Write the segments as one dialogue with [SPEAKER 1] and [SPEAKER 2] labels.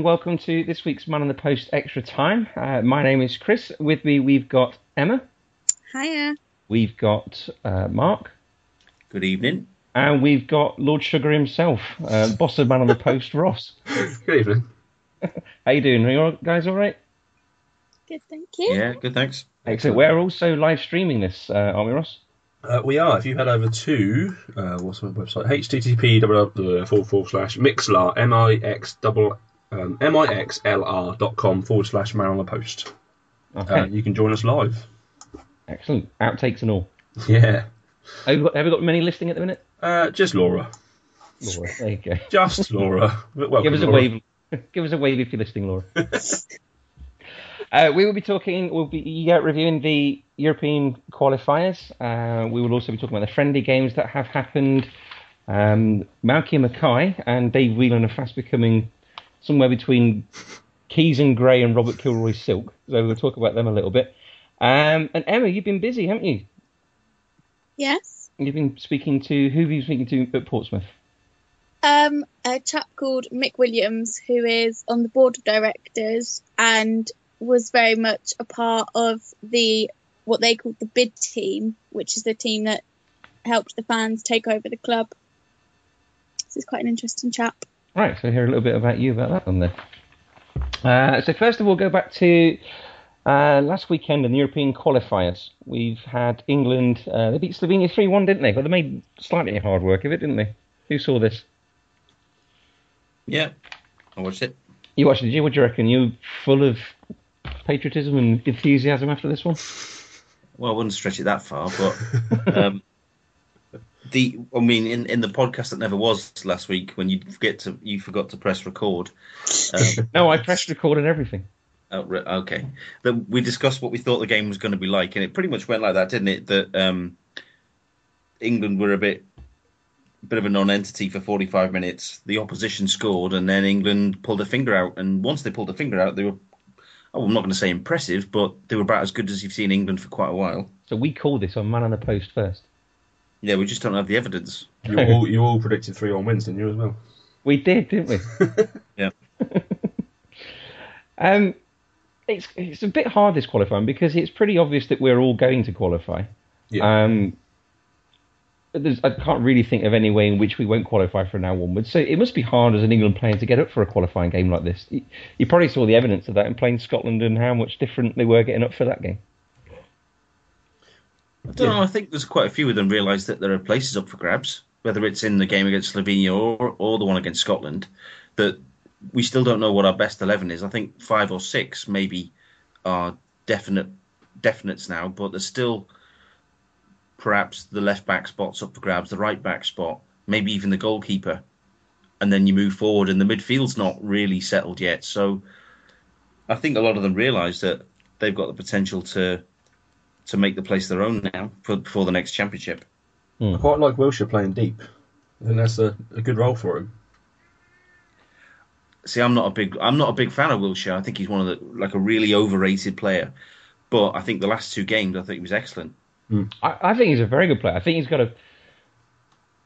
[SPEAKER 1] Welcome to this week's Man on the Post Extra Time. Uh, my name is Chris. With me, we've got Emma,
[SPEAKER 2] Hiya.
[SPEAKER 1] we've got uh, Mark,
[SPEAKER 3] Good evening.
[SPEAKER 1] and we've got Lord Sugar himself, uh, boss of Man on the Post, Ross.
[SPEAKER 4] Good evening.
[SPEAKER 1] How you doing? Are you all, guys all right?
[SPEAKER 2] Good, thank you.
[SPEAKER 3] Yeah, good, thanks.
[SPEAKER 1] Excellent. We're also live streaming this, uh, aren't we, Ross?
[SPEAKER 4] Uh, we are. If you head over to uh, what's my website? http double forward forward slash mixlr m i x double um, m i x l r dot com forward slash man on the post.
[SPEAKER 1] Okay.
[SPEAKER 4] Uh, you can join us live.
[SPEAKER 1] Excellent. Outtakes and all.
[SPEAKER 4] Yeah.
[SPEAKER 1] Have you got, have you got many listing at the minute?
[SPEAKER 4] Uh, just Laura.
[SPEAKER 1] Laura, there you go.
[SPEAKER 4] Just Laura. Welcome,
[SPEAKER 1] Give us a
[SPEAKER 4] Laura.
[SPEAKER 1] wave. Give us a wave if you're listening, Laura. uh, we will be talking. We'll be uh, reviewing the European qualifiers. Uh, we will also be talking about the friendly games that have happened. Um, Malky Mackay and Dave Whelan are fast becoming somewhere between Keys and Grey and Robert Kilroy Silk. So we'll talk about them a little bit. Um, and Emma, you've been busy, haven't you?
[SPEAKER 2] Yes.
[SPEAKER 1] You've been speaking to who have you been speaking to at Portsmouth?
[SPEAKER 2] Um, a chap called Mick Williams, who is on the board of directors and was very much a part of the what they called the bid team, which is the team that helped the fans take over the club. This is quite an interesting chap.
[SPEAKER 1] Right, so hear a little bit about you about that one then. Uh, so first of all, go back to uh, last weekend in the European qualifiers. We've had England. Uh, they beat Slovenia three one, didn't they? Well, they made slightly hard work of it, didn't they? Who saw this?
[SPEAKER 3] Yeah, I watched it.
[SPEAKER 1] You watched it, did you? What do you reckon? You full of patriotism and enthusiasm after this one?
[SPEAKER 3] Well, I wouldn't stretch it that far, but um, the I mean, in, in the podcast that never was last week, when you forget to you forgot to press record. Um,
[SPEAKER 1] No, I pressed record and everything.
[SPEAKER 3] oh, re- okay, that we discussed what we thought the game was going to be like, and it pretty much went like that, didn't it? That um, England were a bit bit of a non-entity for 45 minutes. The opposition scored, and then England pulled a finger out. And once they pulled a finger out, they were, oh, I'm not going to say impressive, but they were about as good as you've seen England for quite a while.
[SPEAKER 1] So we call this on Man on the Post first.
[SPEAKER 3] Yeah, we just don't have the evidence.
[SPEAKER 4] You all, you all predicted 3 1 wins, didn't you, as well?
[SPEAKER 1] We did, didn't we?
[SPEAKER 3] Yeah.
[SPEAKER 1] Um, it's it's a bit hard this qualifying because it's pretty obvious that we're all going to qualify.
[SPEAKER 4] Yeah.
[SPEAKER 1] Um, but there's, I can't really think of any way in which we won't qualify from now onwards. So it must be hard as an England player to get up for a qualifying game like this. You, you probably saw the evidence of that in playing Scotland and how much different they were getting up for that game.
[SPEAKER 3] I don't know. I think there's quite a few of them realise that there are places up for grabs, whether it's in the game against Slovenia or, or the one against Scotland, that we still don't know what our best 11 is. I think five or six maybe are definite definites now, but there's still perhaps the left back spot's up for grabs, the right back spot, maybe even the goalkeeper. And then you move forward, and the midfield's not really settled yet. So I think a lot of them realise that they've got the potential to to make the place their own now for, for the next championship.
[SPEAKER 1] Um,
[SPEAKER 4] I quite like Wilshire playing deep. I think that's a, a good role for him.
[SPEAKER 3] See, I'm not a big I'm not a big fan of Wilshire. I think he's one of the like a really overrated player. But I think the last two games, I think he was excellent.
[SPEAKER 1] I, I think he's a very good player. I think he's got a,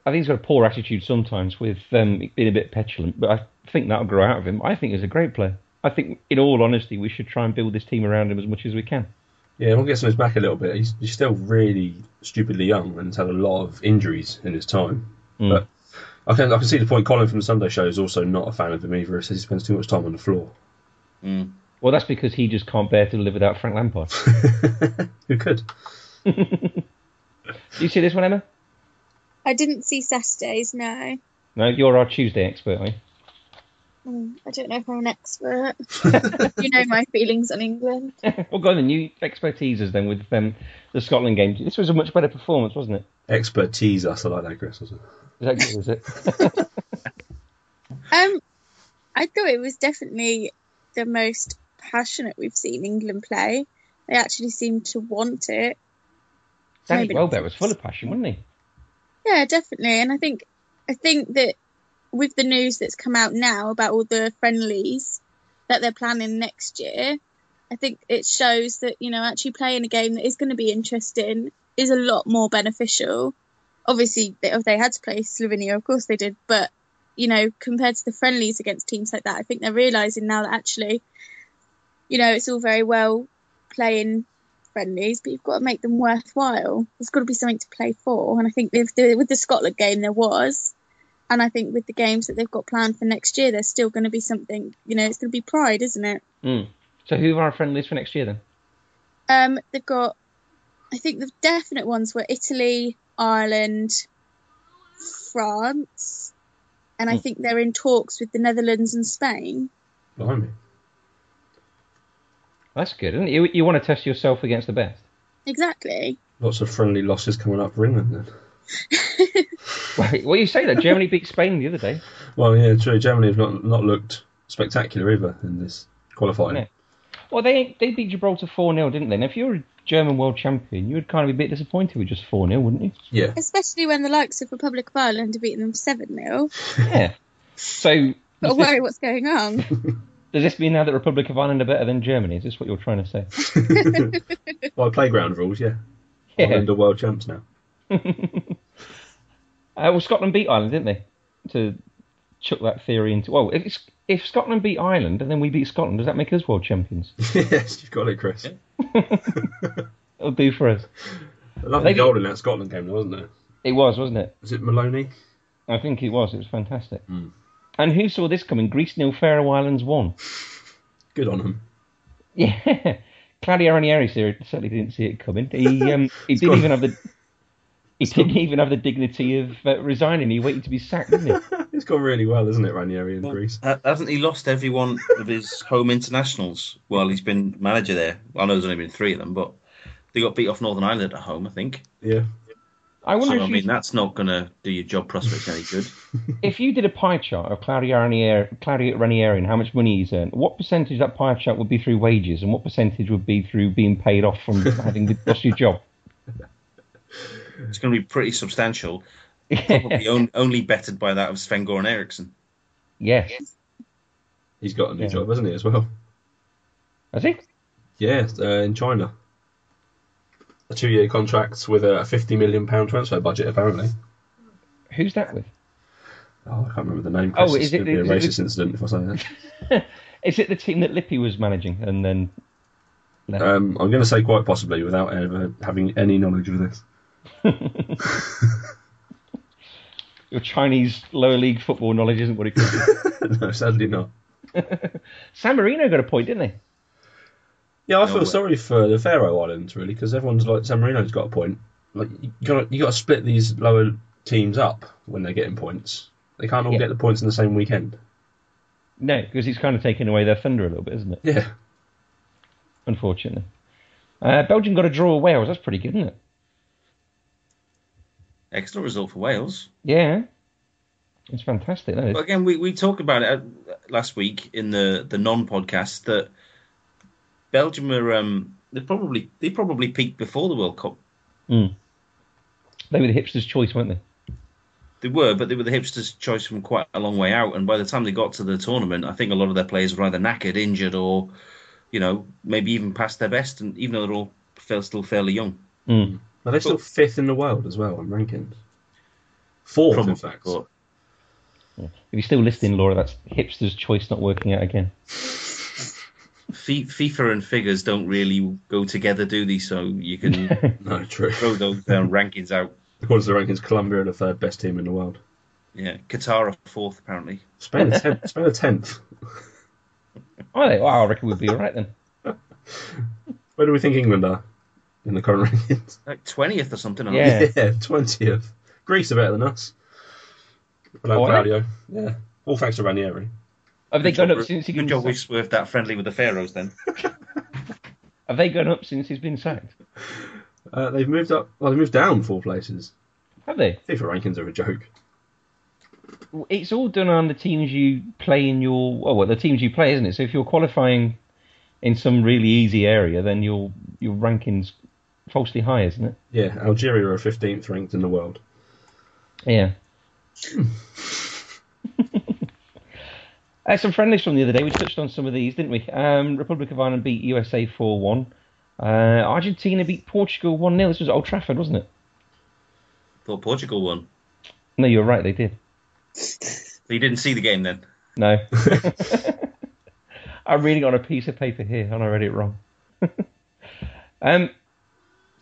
[SPEAKER 1] I think he's got a poor attitude sometimes with um, being a bit petulant. But I think that'll grow out of him. I think he's a great player. I think, in all honesty, we should try and build this team around him as much as we can.
[SPEAKER 4] Yeah, we'll get on his back a little bit. He's, he's still really stupidly young and has had a lot of injuries in his time. But I can, I can see the point. Colin from the Sunday Show is also not a fan of him either. He says he spends too much time on the floor.
[SPEAKER 1] Well, that's because he just can't bear to live without Frank Lampard.
[SPEAKER 4] Who could?
[SPEAKER 1] Do you see this one, Emma?
[SPEAKER 2] I didn't see Saturdays, no.
[SPEAKER 1] No, you're our Tuesday expert, are you?
[SPEAKER 2] Mm, I don't know if I'm an expert. you know my feelings on England.
[SPEAKER 1] We'll go on the new expertises then with um, the Scotland game. This was a much better performance, wasn't it?
[SPEAKER 4] Expertise, I still like that, Chris. Wasn't it?
[SPEAKER 1] Is that good, was it?
[SPEAKER 2] Um, I thought it was definitely the most passionate we've seen England play. They actually seemed to want it.
[SPEAKER 1] Danny
[SPEAKER 2] Maybe.
[SPEAKER 1] Welbeck was full of passion, wasn't he?
[SPEAKER 2] Yeah, definitely. And I think I think that with the news that's come out now about all the friendlies that they're planning next year, I think it shows that, you know, actually playing a game that is going to be interesting is a lot more beneficial. Obviously, they- if they had to play Slovenia, of course they did, but you know, compared to the friendlies against teams like that, I think they're realizing now that actually, you know, it's all very well playing friendlies, but you've got to make them worthwhile. There's got to be something to play for. And I think with the, with the Scotland game, there was. And I think with the games that they've got planned for next year, there's still going to be something, you know, it's going to be pride, isn't it?
[SPEAKER 1] Mm. So who are our friendlies for next year then?
[SPEAKER 2] Um, they've got, I think the definite ones were Italy, Ireland, France, and I
[SPEAKER 1] Hmm.
[SPEAKER 2] think they're in talks with the Netherlands and Spain.
[SPEAKER 4] Blimey.
[SPEAKER 1] That's good, isn't it? You, you want to test yourself against the best.
[SPEAKER 2] Exactly.
[SPEAKER 4] Lots of friendly losses coming up for England then.
[SPEAKER 1] well, you say that Germany beat Spain the other day.
[SPEAKER 4] Well, yeah, true. Germany have not, not looked spectacular either in this qualifying.
[SPEAKER 1] No. Well, they they beat Gibraltar four 0 didn't they? And if you were a German world champion, you would kind of be a bit disappointed with just four 0 wouldn't you?
[SPEAKER 4] Yeah.
[SPEAKER 2] Especially when the likes of Republic of Ireland have beaten them 7 0.
[SPEAKER 1] Yeah. So
[SPEAKER 2] But
[SPEAKER 1] does
[SPEAKER 2] worry
[SPEAKER 1] this,
[SPEAKER 2] what's going on.
[SPEAKER 1] does this mean now that Republic of Ireland are better than Germany? Is this what you're trying to say?
[SPEAKER 4] By playground rules, yeah.
[SPEAKER 1] Yeah.
[SPEAKER 4] Ireland are world champs now.
[SPEAKER 1] Uh, well, Scotland beat Ireland, didn't they? To chuck that theory into. Well, if it's, if Scotland beat Ireland and then we beat Scotland, does that make us world champions?
[SPEAKER 4] yes, you've got it, Chris.
[SPEAKER 1] It'll do for us.
[SPEAKER 4] A lovely
[SPEAKER 1] Maybe-
[SPEAKER 4] goal in that Scotland game, though, wasn't it?
[SPEAKER 1] It was, wasn't it?
[SPEAKER 4] Was it Maloney?
[SPEAKER 1] I think it was. It was fantastic. And who saw this coming? Greece nil, Faroe Islands one.
[SPEAKER 4] Good on him.
[SPEAKER 1] Yeah, Claudio Ranieri ser- certainly didn't see it coming. He um, he didn't even have the he didn't even have the dignity of uh, resigning. He waited to be sacked, didn't he?
[SPEAKER 4] It's gone really well, isn't it, Ranieri in Greece?
[SPEAKER 3] Ha- Hasn't he lost every one of his home internationals while he's been manager there? I know there's only been three of them, but they got beat off Northern Ireland at home, I think.
[SPEAKER 4] Yeah.
[SPEAKER 1] I
[SPEAKER 3] So,
[SPEAKER 1] wonder
[SPEAKER 3] I
[SPEAKER 1] if,
[SPEAKER 3] mean,
[SPEAKER 1] you,
[SPEAKER 3] that's not going to do your job prospects any good.
[SPEAKER 1] if you did a pie chart of Claudio Ranieri, Claudio Ranieri and how much money he's earned, what percentage of that pie chart would be through wages, and what percentage would be through being paid off from having lost your job?
[SPEAKER 3] It's going to be pretty substantial. Probably on, only bettered by that of Sven Goran Eriksson.
[SPEAKER 1] Yes,
[SPEAKER 4] He's got a new
[SPEAKER 1] Yeah.
[SPEAKER 4] job, hasn't he, as well?
[SPEAKER 1] I think.
[SPEAKER 4] Yeah, uh, in China. A two year contract with a £50 million transfer budget, apparently.
[SPEAKER 1] Who's that with?
[SPEAKER 4] Oh, I can't remember the name.
[SPEAKER 1] Oh,
[SPEAKER 4] Chris.
[SPEAKER 1] is
[SPEAKER 4] it's
[SPEAKER 1] it-
[SPEAKER 4] going to be a
[SPEAKER 1] is it-
[SPEAKER 4] racist incident if I say that.
[SPEAKER 1] Is it the team that Lippi was managing, and then
[SPEAKER 4] Um, I'm going to say quite possibly without ever having any knowledge of this.
[SPEAKER 1] your Chinese lower league football knowledge isn't what it could be?
[SPEAKER 4] no, sadly not.
[SPEAKER 1] San Marino got a point, didn't they? Oh,
[SPEAKER 4] Yeah, I
[SPEAKER 3] No
[SPEAKER 4] feel
[SPEAKER 3] way.
[SPEAKER 4] sorry for the Faroe Islands really because everyone's like San Marino's got a point. Like you got you got to split these lower teams up when they're getting points. They can't all
[SPEAKER 1] Yeah.
[SPEAKER 4] get the points in the same weekend.
[SPEAKER 1] No, because he's kind of taken away their thunder a little bit, isn't it?
[SPEAKER 4] Yeah,
[SPEAKER 1] Unfortunately. Uh, Belgium got a draw with Wales. That's pretty good, isn't it?
[SPEAKER 3] Excellent result for Wales.
[SPEAKER 1] Yeah. It's fantastic, that is.
[SPEAKER 3] But again, we, we talked about it uh, last week in the, the non podcast that Belgium are um, they probably they probably peaked before the World Cup.
[SPEAKER 1] They were the hipster's choice, weren't they?
[SPEAKER 3] They were, but they were the hipsters' choice from quite a long way out. And by the time they got to the tournament, I think a lot of their players were either knackered, injured, or you know maybe even past their best. And even though they're all fail- still fairly young,
[SPEAKER 1] Mm.
[SPEAKER 4] but they're still fifth in the world as well on rankings. Fourth, in fact.
[SPEAKER 3] But
[SPEAKER 1] If you're still listening, Laura, that's hipster's choice not working out again.
[SPEAKER 3] Fi- FIFA and figures don't really go together, do they? So you can
[SPEAKER 4] No, true.
[SPEAKER 3] throw those um, rankings out.
[SPEAKER 4] According to the rankings, Colombia are the third best team in the world.
[SPEAKER 3] Yeah, Qatar are fourth apparently.
[SPEAKER 4] Spain are tenth. Spain are tenth.
[SPEAKER 1] Are Oh, they? Well, I reckon we'll be all right then.
[SPEAKER 4] Where do we think England are in the current rankings?
[SPEAKER 3] like twentieth or something. aren't
[SPEAKER 1] Yeah.
[SPEAKER 4] Yeah, twentieth. Greece are better than us. Without
[SPEAKER 1] Oh, are they?
[SPEAKER 4] Claudio. Yeah. All thanks to Ranieri.
[SPEAKER 1] Have they
[SPEAKER 3] Good
[SPEAKER 1] gone
[SPEAKER 3] job
[SPEAKER 1] up
[SPEAKER 3] we-
[SPEAKER 1] since he
[SPEAKER 3] Good
[SPEAKER 1] been
[SPEAKER 3] job we
[SPEAKER 1] sacked?
[SPEAKER 3] swerved that friendly with the Pharaohs then.
[SPEAKER 1] Have they gone up since he's been sacked?
[SPEAKER 4] Uh, they've moved up. Well, they moved down four places.
[SPEAKER 1] Have they?
[SPEAKER 4] FIFA rankings are a joke.
[SPEAKER 1] It's all done on the teams you play in your oh, well, the teams you play, isn't it? So if you're qualifying in some really easy area, then your your rankings falsely high, isn't it?
[SPEAKER 4] Yeah, Algeria are fifteenth ranked in the world.
[SPEAKER 1] Yeah. Hmm. uh, some friendlies from the other day. We touched on some of these, didn't we? Um, Republic of Ireland beat USA 4 1. Uh, Argentina beat Portugal 1 0. This was Old Trafford, wasn't it?
[SPEAKER 3] Thought Portugal won.
[SPEAKER 1] No, you're right, they did.
[SPEAKER 3] So you didn't see the game then.
[SPEAKER 1] No. I really got a piece of paper here and I read it wrong. um,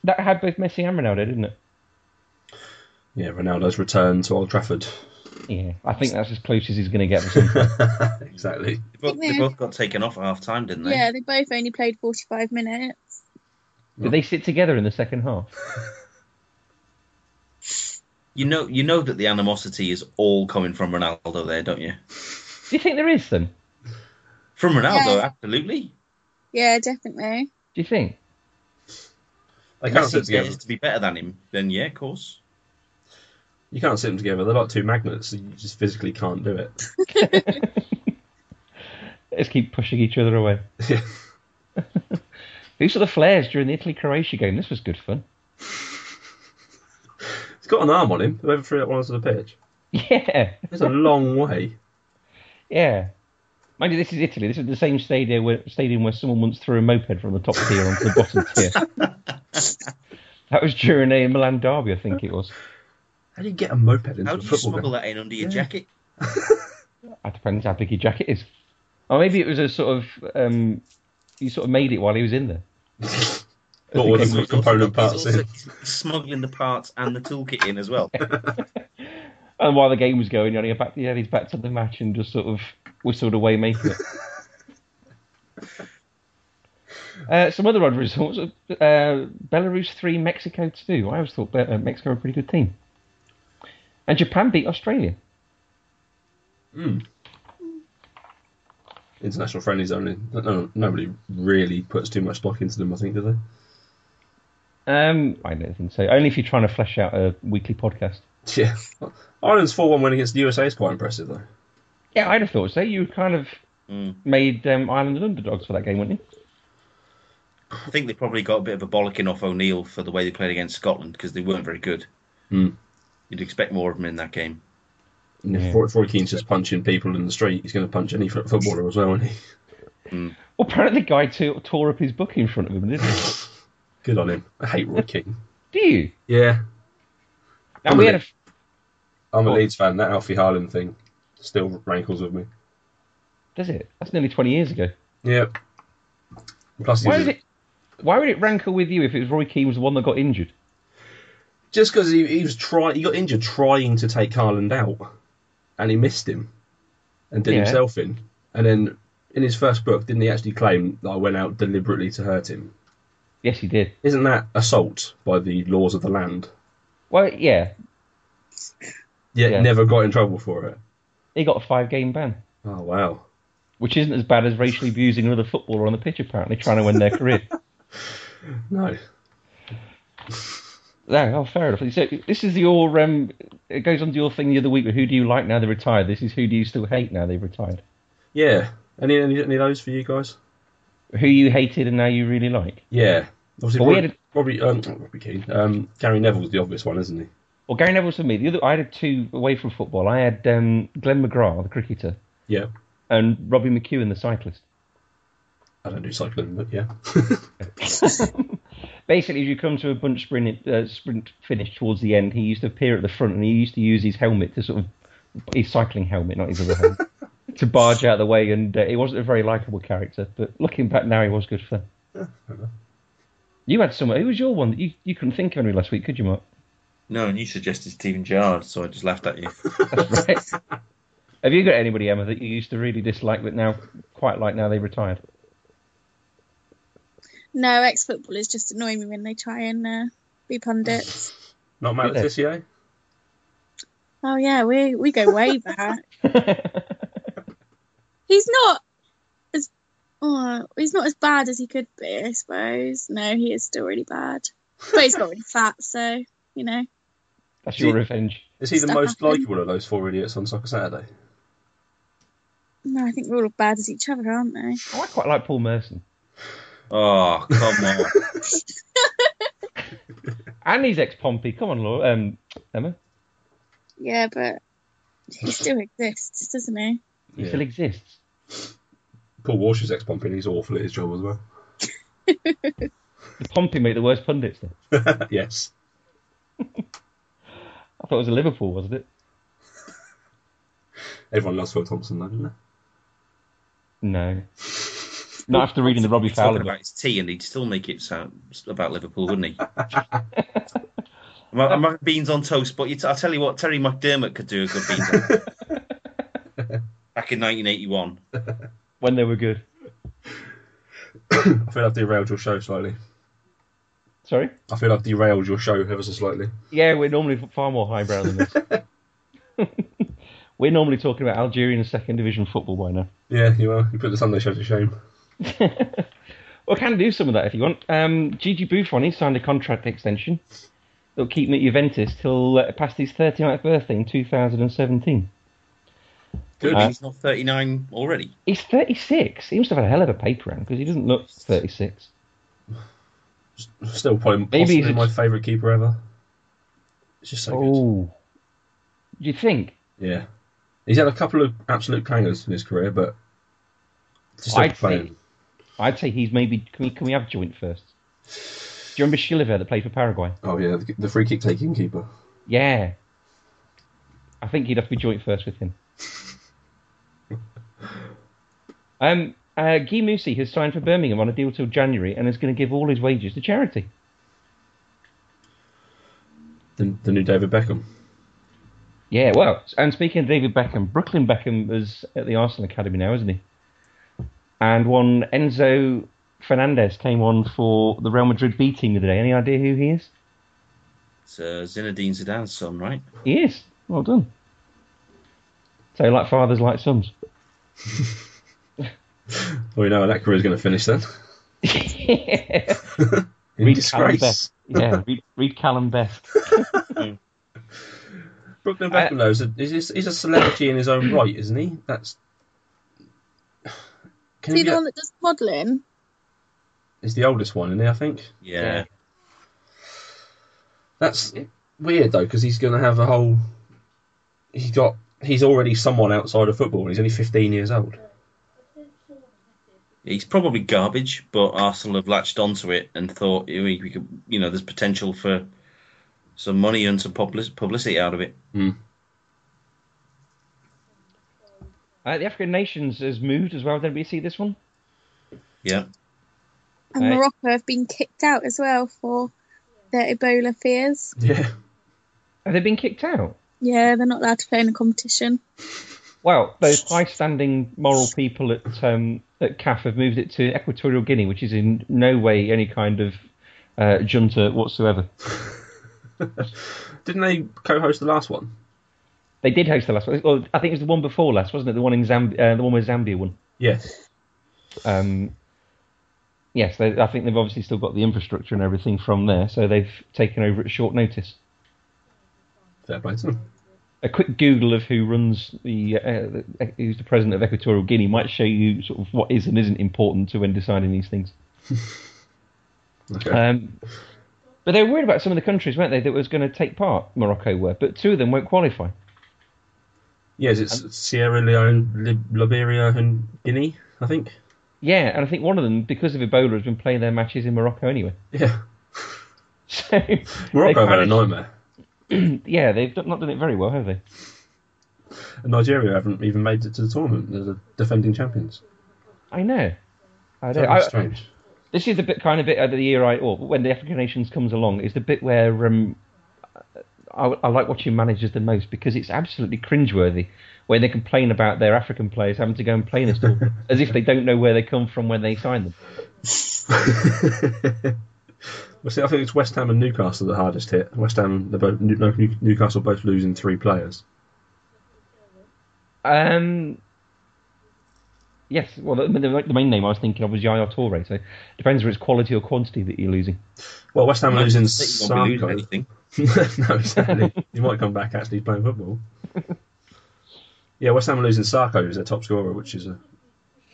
[SPEAKER 1] that had both Messi and Ronaldo, didn't it?
[SPEAKER 4] Yeah, Ronaldo's return to Old Trafford.
[SPEAKER 1] Yeah. I think that's as close as he's going to get. for some-
[SPEAKER 4] exactly.
[SPEAKER 3] They both, they
[SPEAKER 2] Yeah.
[SPEAKER 3] both got taken off at half time, didn't they?
[SPEAKER 2] Yeah, they both only played 45 minutes.
[SPEAKER 1] Did they sit together in the second half?
[SPEAKER 3] You know, you know that the animosity is all coming from Ronaldo there, don't you?
[SPEAKER 1] Do you think there is then?
[SPEAKER 3] From Ronaldo,
[SPEAKER 2] Yeah.
[SPEAKER 3] absolutely.
[SPEAKER 2] Yeah, definitely.
[SPEAKER 1] Do you think?
[SPEAKER 4] They can't sit
[SPEAKER 3] Messi
[SPEAKER 4] together.
[SPEAKER 3] is to be better than him, then yeah, of course.
[SPEAKER 4] You can't sit them together. They're like two magnets. So you just physically can't do it.
[SPEAKER 1] Let's keep pushing each other away.
[SPEAKER 4] Yeah.
[SPEAKER 1] Who saw the flares during the Italy Croatia game? This was good fun.
[SPEAKER 4] He's got an arm on him. Whoever threw that one onto the pitch.
[SPEAKER 1] Yeah,
[SPEAKER 4] It's a long way.
[SPEAKER 1] yeah. Mind you, this is Italy. This is the same stadium where, stadium where someone once threw a moped from the top tier onto the bottom tier. That was during a Milan derby, I think it was.
[SPEAKER 4] How do you get a moped into
[SPEAKER 3] How
[SPEAKER 4] a
[SPEAKER 3] do you
[SPEAKER 4] football
[SPEAKER 3] smuggle
[SPEAKER 4] game?
[SPEAKER 3] that in under your
[SPEAKER 4] Yeah.
[SPEAKER 3] jacket?
[SPEAKER 1] It depends how big your jacket is. Or maybe it was a sort of um, you sort of made it while he was in there.
[SPEAKER 4] Got all the
[SPEAKER 3] He's
[SPEAKER 4] component
[SPEAKER 3] also-
[SPEAKER 4] parts
[SPEAKER 3] he's
[SPEAKER 4] in.
[SPEAKER 3] also- he's smuggling the parts and the toolkit in as well.
[SPEAKER 1] And while the game was going on, he had back, he had his back to the match and just sort of whistled away, making it. uh, some other odd results: uh, Belarus three, Mexico two. I always thought Be- uh, Mexico were a pretty good team, and Japan beat Australia.
[SPEAKER 4] International friendlies only. No, nobody really puts too much stock into them. I think, do they?
[SPEAKER 1] Um, I don't think so. Only if you're trying to flesh out a weekly podcast.
[SPEAKER 4] Yeah. Ireland's 4 1 win against the USA is quite impressive, though.
[SPEAKER 1] Yeah, I'd have thought so. You kind of made um, Ireland underdogs for that game, wouldn't you?
[SPEAKER 3] I think they probably got a bit of a bollocking off O'Neill for the way they played against Scotland because they weren't very good.
[SPEAKER 1] Hmm.
[SPEAKER 3] You'd expect more of them in that game.
[SPEAKER 4] And if Roy- Roy Keane's just punching people in the street, he's going to punch any foot- footballer as well, isn't he?
[SPEAKER 1] Well, apparently the guy t- tore up his book in front of him, didn't he?
[SPEAKER 4] Good on him. I hate Roy Keane.
[SPEAKER 1] Do you?
[SPEAKER 4] Yeah.
[SPEAKER 1] Now, we had a
[SPEAKER 4] I'm a
[SPEAKER 1] What?
[SPEAKER 4] Leeds fan. That Alfie Haaland thing still rankles with me.
[SPEAKER 1] Does it? That's nearly 20 years ago.
[SPEAKER 4] Yep. Plus, he
[SPEAKER 1] Why,
[SPEAKER 4] was,
[SPEAKER 1] would it, why would it rankle with you if it was Roy Keane was the one that got injured?
[SPEAKER 4] just because he, he was trying, he got injured trying to take Haaland out, and he missed him, and did
[SPEAKER 1] Yeah.
[SPEAKER 4] himself in. And then in his first book, didn't he actually claim that I went out deliberately to hurt him?
[SPEAKER 1] Yes, he did.
[SPEAKER 4] Isn't that assault by the laws of the land?
[SPEAKER 1] Well, yeah,
[SPEAKER 4] Yet
[SPEAKER 1] Yeah.
[SPEAKER 4] never got in trouble for it.
[SPEAKER 1] he got a five game ban,
[SPEAKER 4] Oh wow.
[SPEAKER 1] which isn't as bad as racially abusing another footballer on the pitch, apparently, trying to win their career.
[SPEAKER 4] No.
[SPEAKER 1] No, oh, fair enough. So, this is your. Um, it goes on to your thing the other week with who do you like now they're retired. This is who do you still hate now they've retired.
[SPEAKER 4] Yeah. Any any, any of those for you guys?
[SPEAKER 1] Who you hated and now you really like.
[SPEAKER 4] Yeah. Obviously,
[SPEAKER 1] Well, we
[SPEAKER 4] Robbie, Robbie, um, not Robbie Keane. Um, Gary Neville's the obvious one, isn't he?
[SPEAKER 1] Well, Gary Neville's for me. The other, I had two away from football. I had um, Glenn McGrath, the cricketer,
[SPEAKER 4] Yeah.
[SPEAKER 1] and Robbie McEwen, the cyclist.
[SPEAKER 4] I don't do cycling, but yeah.
[SPEAKER 1] basically, as you come to a bunch sprint uh, sprint finish towards the end, he used to appear at the front and he used to use his helmet to sort of his cycling helmet, not his other helmet, to barge out of the way. And uh, he wasn't a very likable character, but looking back now, he was good fun. You had someone. Who was your one that you, you couldn't think of any last week, could you, Mark?
[SPEAKER 3] No, and you suggested Steven Gerrard, so I just laughed at you.
[SPEAKER 1] That's right. Have you got anybody, Emma, that you used to really dislike but now quite like now they retired?
[SPEAKER 2] No, ex footballers just annoy me when they try and uh, be pundits.
[SPEAKER 4] Not Matt
[SPEAKER 1] Really?
[SPEAKER 4] Letitia?
[SPEAKER 2] Oh, yeah, we, we go way back. he's not as oh, he's not as bad as he could be, I suppose. No, he is still really bad, but he's got really fat, so you know.
[SPEAKER 1] That's your revenge.
[SPEAKER 4] Is he the
[SPEAKER 2] Stuff
[SPEAKER 4] most
[SPEAKER 2] happened.
[SPEAKER 4] likable of those four idiots on Soccer Saturday?
[SPEAKER 2] No, I think we're all bad as each other, aren't they?
[SPEAKER 1] Oh, I quite like Paul Merson.
[SPEAKER 3] Oh, come on.
[SPEAKER 1] And he's ex Pompey. Come on, Laura. Um, Emma.
[SPEAKER 2] Yeah, but he still exists, doesn't he?
[SPEAKER 1] He
[SPEAKER 4] Yeah.
[SPEAKER 1] still exists.
[SPEAKER 4] Paul Walsh is ex Pompey and he's awful at his job as well.
[SPEAKER 1] The Pompey make the worst pundits then.
[SPEAKER 4] yes.
[SPEAKER 1] I thought it was a Liverpool, wasn't it?
[SPEAKER 4] Everyone loves Phil Thompson, though, didn't they?
[SPEAKER 1] No. Not after reading the Robbie
[SPEAKER 3] He's talking
[SPEAKER 1] Fowler
[SPEAKER 3] about
[SPEAKER 1] book.
[SPEAKER 3] his tea, and he'd still make it sound about Liverpool, wouldn't he? I'm, I'm having beans on toast, but you t- I'll tell you what, Terry McDermott could do a good beans on toast. Back in 1981.
[SPEAKER 1] when they were good.
[SPEAKER 4] I feel I've derailed your show slightly.
[SPEAKER 1] Sorry.
[SPEAKER 4] I feel I've derailed your show ever so slightly.
[SPEAKER 1] Yeah, we're normally far more highbrow than this. we're normally talking about Algerian second division football by now.
[SPEAKER 4] Yeah, you are. You put the Sunday show to shame.
[SPEAKER 1] Well, I can do some of that if you want. Um, Gigi Buffon he signed a contract extension that'll keep him at Juventus till uh, past his 39th birthday in 2017.
[SPEAKER 3] Good,
[SPEAKER 1] Uh,
[SPEAKER 3] he's not 39 already.
[SPEAKER 1] He's 36. He must have had a hell of a paper round because he doesn't look 36.
[SPEAKER 4] Still probably
[SPEAKER 1] Maybe
[SPEAKER 4] possibly
[SPEAKER 1] he's-
[SPEAKER 4] my favourite keeper ever. It's just so good.
[SPEAKER 1] Oh, do you think?
[SPEAKER 4] Yeah. He's had a couple of absolute clangers in his career, but to still
[SPEAKER 1] I'd
[SPEAKER 4] playing.
[SPEAKER 1] say- I'd say he's maybe. Can we, can we have joint first? Do you remember Chilever that played for Paraguay?
[SPEAKER 4] Oh yeah, the, the free kick taking keeper.
[SPEAKER 1] Yeah. I think he'd have to be joint first with him. um, uh, Guy Moussi has signed for Birmingham on a deal till January and is going to give all his wages to charity.
[SPEAKER 4] The, the new David Beckham.
[SPEAKER 1] Yeah, well, and speaking of David Beckham, Brooklyn Beckham is at the Arsenal Academy now, isn't he? And one Enzo Fernandez came on for the Real Madrid B team the other day. Any idea who he is?
[SPEAKER 3] It's uh, Zinedine Zidane's son, right?
[SPEAKER 1] He is. Well done. So, like fathers, like sons.
[SPEAKER 4] Well, you know how that career's going to finish then. In
[SPEAKER 1] Read Callum
[SPEAKER 4] disgrace.
[SPEAKER 1] Best. Yeah, read, read Callum Best.
[SPEAKER 4] Brooklyn Beckham, though, is a, is, is a celebrity in his own right, isn't he? That's.
[SPEAKER 2] Is
[SPEAKER 4] Can he
[SPEAKER 2] he
[SPEAKER 4] be,
[SPEAKER 2] the one that does modelling?
[SPEAKER 4] He's the oldest one, isn't he? I think.
[SPEAKER 3] Yeah.
[SPEAKER 1] Yeah.
[SPEAKER 4] That's weird though, because he's going to have a whole. He got. He's already someone outside of football, and he's only 15 years old.
[SPEAKER 3] He's probably garbage, but Arsenal have latched onto it and thought, "Ew, we, we could, you know, there's potential for some money and some public- publicity out of it.
[SPEAKER 1] Uh, the African Nations has moved as well. Did we see this one?
[SPEAKER 3] Yeah.
[SPEAKER 2] And
[SPEAKER 1] Right.
[SPEAKER 2] Morocco have been kicked out as well for their Ebola fears.
[SPEAKER 4] Yeah.
[SPEAKER 1] Have they been kicked out?
[SPEAKER 2] Yeah, they're not allowed to play in a competition.
[SPEAKER 1] Well, those high-standing moral people at um, at CAF have moved it to Equatorial Guinea, which is in no way any kind of uh, junta whatsoever.
[SPEAKER 4] Didn't they co-host the last one?
[SPEAKER 1] They did host the last one. Well, I think it was the one before last, wasn't it? The one in Zamb- uh, the one where Zambia won.
[SPEAKER 4] Yes.
[SPEAKER 1] Um, yes, they, I think they've obviously still got the infrastructure and everything from there, so they've taken over at short notice.
[SPEAKER 4] Fair play to them.
[SPEAKER 1] a quick Google of who runs the, uh, the who's the president of Equatorial Guinea might show you sort of what is and isn't important to when deciding these things.
[SPEAKER 4] Okay.
[SPEAKER 1] Um, but they were worried about some of the countries, weren't they, that was going to take part. Morocco were, but two of them won't qualify.
[SPEAKER 4] yes, it's Sierra Leone, Lib- Liberia, and Guinea. I think.
[SPEAKER 1] Yeah, and I think one of them, because of Ebola, has been playing their matches in Morocco anyway.
[SPEAKER 4] Yeah.
[SPEAKER 1] So
[SPEAKER 4] Morocco
[SPEAKER 1] they've
[SPEAKER 4] have had a
[SPEAKER 1] managed-
[SPEAKER 4] nightmare.
[SPEAKER 1] Yeah, they've done- not done it very well, have they?
[SPEAKER 4] And Nigeria haven't even made it to the tournament. They're the defending champions.
[SPEAKER 1] I know. I don't.
[SPEAKER 4] Very
[SPEAKER 1] I,
[SPEAKER 4] strange.
[SPEAKER 1] this is the bit kind of bit of the year I or when the African Nations comes along is the bit where um, I, I like watching managers the most because it's absolutely cringeworthy when they complain about their African players having to go and play in this tournament as if they don't know where they come from when they sign them.
[SPEAKER 4] Well, see, I think it's West Ham and Newcastle the hardest hit. West Ham, they're both, New- New- Newcastle both losing three players.
[SPEAKER 1] Um, Yes, well, the, the, the main name I was thinking of was Yaya Toure. So it depends whether it's quality or quantity that you're losing.
[SPEAKER 4] Well, West Ham losing
[SPEAKER 3] City won't be losing
[SPEAKER 4] Sarko.
[SPEAKER 3] anything.
[SPEAKER 4] no, exactly. he might come back actually playing football. yeah, West Ham are losing Sarko, who's their top scorer, which is a,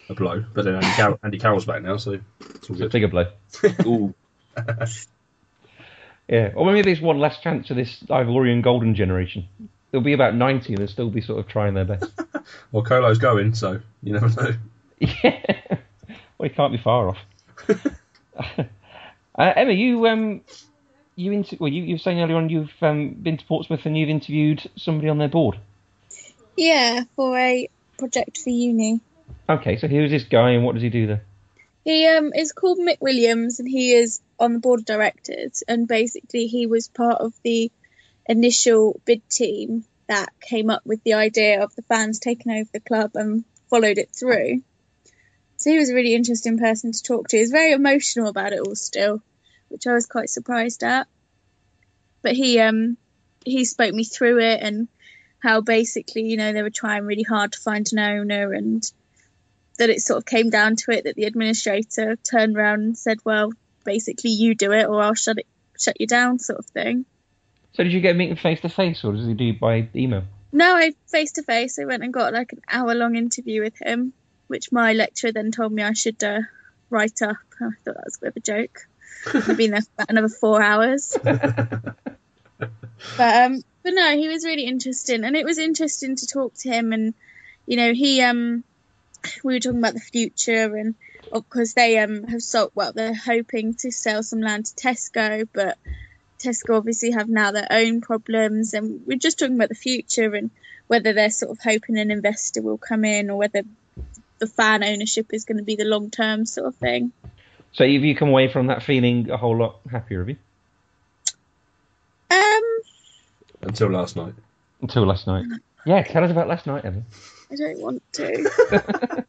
[SPEAKER 4] a blow. But then Andy, Car- Andy Carroll's back now, so
[SPEAKER 1] It's
[SPEAKER 4] it's all
[SPEAKER 1] a
[SPEAKER 4] good.
[SPEAKER 1] bigger blow.
[SPEAKER 3] Ooh,
[SPEAKER 1] Yeah, or maybe there's one last chance for this Ivorian Golden generation. There'll be about 90 and they'll still be sort of trying their best.
[SPEAKER 4] Well, Colo's going, so you never know.
[SPEAKER 1] yeah. Well, he can't be far off. uh, Emma, you um, you inter- well, you, you were saying earlier on you've um, been to Portsmouth and you've interviewed somebody on their board.
[SPEAKER 2] Yeah, for a project for uni.
[SPEAKER 1] Okay, so who's this guy and what does he do there?
[SPEAKER 2] He um is called Mick Williams and he is on the board of directors and basically he was part of the initial bid team that came up with the idea of the fans taking over the club and followed it through. So he was a really interesting person to talk to. He's very emotional about it all still, which I was quite surprised at. But he um he spoke me through it and how basically, you know, they were trying really hard to find an owner and that it sort of came down to it that the administrator turned around and said, "Well, basically you do it, or I'll shut it, shut you down," sort of thing.
[SPEAKER 1] So did you get a meeting face to face or does he do by email?
[SPEAKER 2] No, I face to face. I went and got like an hour long interview with him, which my lecturer then told me I should uh, write up. I thought that was a bit of a joke. I've been there for about another four hours. but um, but no, he was really interesting, and it was interesting to talk to him. And you know, he um, we were talking about the future, and of course they um have sold. Well, they're hoping to sell some land to Tesco, but Tesco obviously have now their own problems, and we're just talking about the future and whether they're sort of hoping an investor will come in or whether the fan ownership is going to be the long term sort of thing.
[SPEAKER 1] So have you come away from that feeling a whole lot happier, have you?
[SPEAKER 2] Um,
[SPEAKER 4] Until last night.
[SPEAKER 1] Until last night. Yeah, tell us about last night, Emma.
[SPEAKER 2] I don't want to.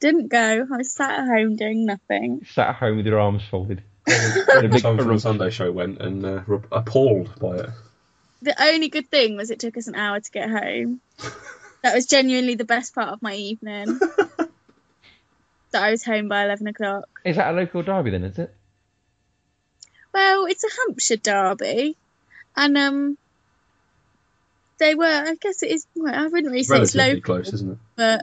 [SPEAKER 2] Didn't go. I sat at home doing nothing.
[SPEAKER 1] Sat at home with your arms folded.
[SPEAKER 4] Tom
[SPEAKER 1] big
[SPEAKER 4] from the
[SPEAKER 1] crunch.
[SPEAKER 4] Sunday show went and uh, were appalled by it.
[SPEAKER 2] The only good thing was it took us an hour to get home. That was genuinely the best part of my evening. that I was home by 11 o'clock.
[SPEAKER 1] Is that a local derby then, is it?
[SPEAKER 2] Well, it's a Hampshire derby, and um, they were. I guess it is. Well, I wouldn't really say it's
[SPEAKER 4] Relatively
[SPEAKER 2] local,
[SPEAKER 4] close, isn't it?
[SPEAKER 2] but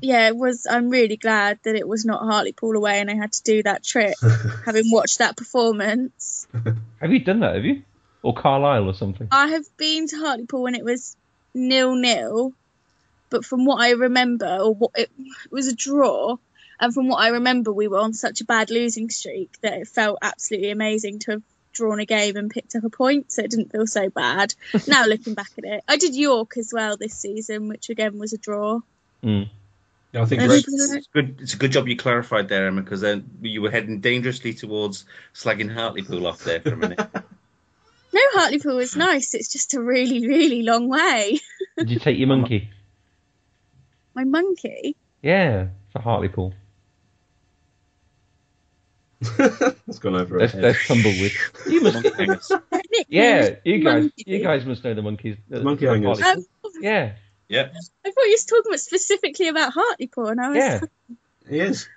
[SPEAKER 2] yeah, it was. I'm really glad that it was not Hartlepool away, and I had to do that trip, having watched that performance.
[SPEAKER 1] Have you done that, have you? Or Carlisle or something?
[SPEAKER 2] I have been to Hartlepool when it was nil nil, but from what I remember, or what it, it was a draw, and from what I remember, we were on such a bad losing streak that it felt absolutely amazing to have drawn a game and picked up a point, so it didn't feel so bad. now looking back at it, I did York as well this season, which again was a draw.
[SPEAKER 4] Yeah, I think
[SPEAKER 2] And
[SPEAKER 4] Red-
[SPEAKER 2] people are like,
[SPEAKER 3] it's good. It's a good job you clarified there, Emma, because then you were heading dangerously towards slagging Hartlepool off there for a minute.
[SPEAKER 2] No, Hartlepool is
[SPEAKER 1] Hmm.
[SPEAKER 2] nice. It's just a really, really long way.
[SPEAKER 1] Did you take your monkey?
[SPEAKER 2] My monkey.
[SPEAKER 1] Yeah, for Hartlepool.
[SPEAKER 4] it's gone over. her
[SPEAKER 1] That's,
[SPEAKER 4] head.
[SPEAKER 1] that's tumbleweed. You must, yeah, you guys, you guys must know the monkeys. uh,
[SPEAKER 4] Monkey
[SPEAKER 1] for
[SPEAKER 4] hangers.
[SPEAKER 1] Hartlepool.
[SPEAKER 2] Um,
[SPEAKER 1] Yeah,
[SPEAKER 3] yeah,
[SPEAKER 2] I thought you were talking about specifically about Hartlepool, and I was
[SPEAKER 1] yeah.
[SPEAKER 4] He is.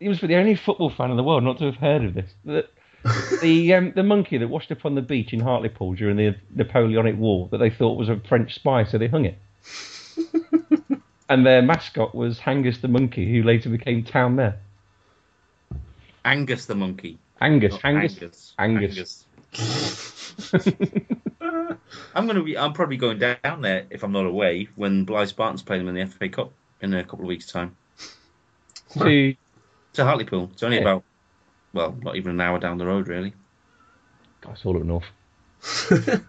[SPEAKER 1] He was the only football fan in the world not to have heard of this. The, the, um, the monkey that washed up on the beach in Hartlepool during the Napoleonic War that they thought was a French spy, so they hung it. and their mascot was Hangus the monkey, who later became town mayor.
[SPEAKER 3] Angus the monkey.
[SPEAKER 1] Angus,
[SPEAKER 3] Not
[SPEAKER 1] Hangus,
[SPEAKER 3] Oh, Angus.
[SPEAKER 1] Angus.
[SPEAKER 3] I'm gonna be. I'm probably going down there if I'm not away when Blythe Spartans play them in the FA Cup in a couple of weeks' time.
[SPEAKER 1] to
[SPEAKER 3] To Hartlepool. It's only
[SPEAKER 1] Yeah.
[SPEAKER 3] about well, not even an hour down the road, really.
[SPEAKER 1] God, it's all up north. It's-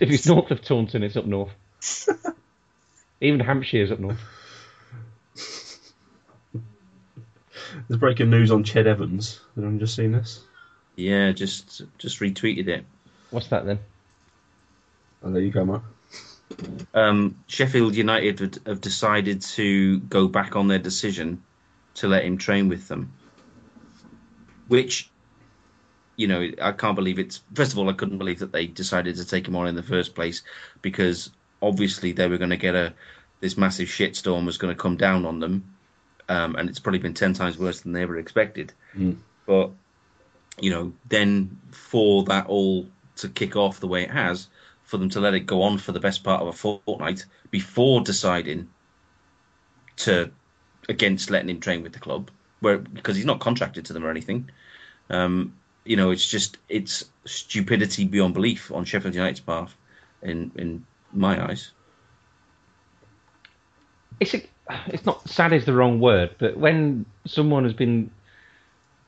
[SPEAKER 1] if it's north of Taunton, it's up north. Even Hampshire's up north.
[SPEAKER 4] There's breaking news on Ched Evans. Have anyone just seen this?
[SPEAKER 3] Yeah, just just retweeted it.
[SPEAKER 1] What's that then?
[SPEAKER 4] Oh, there you go, Mark.
[SPEAKER 3] Um, Sheffield United had- have decided to go back on their decision to let him train with them, which, you know, I can't believe it's. First of all, I couldn't believe that they decided to take him on in the first place because obviously they were going to get a this massive shitstorm was going to come down on them, um, and it's probably been ten times worse than they ever expected.
[SPEAKER 4] Mm.
[SPEAKER 3] But you know, then for that all to kick off the way it has, for them to let it go on for the best part of a fortnight before deciding to against letting him train with the club, where because he's not contracted to them or anything. Um, you know, it's just it's stupidity beyond belief on Sheffield United's part, in in my eyes.
[SPEAKER 1] it's a, it's not sad is the wrong word, but when someone has been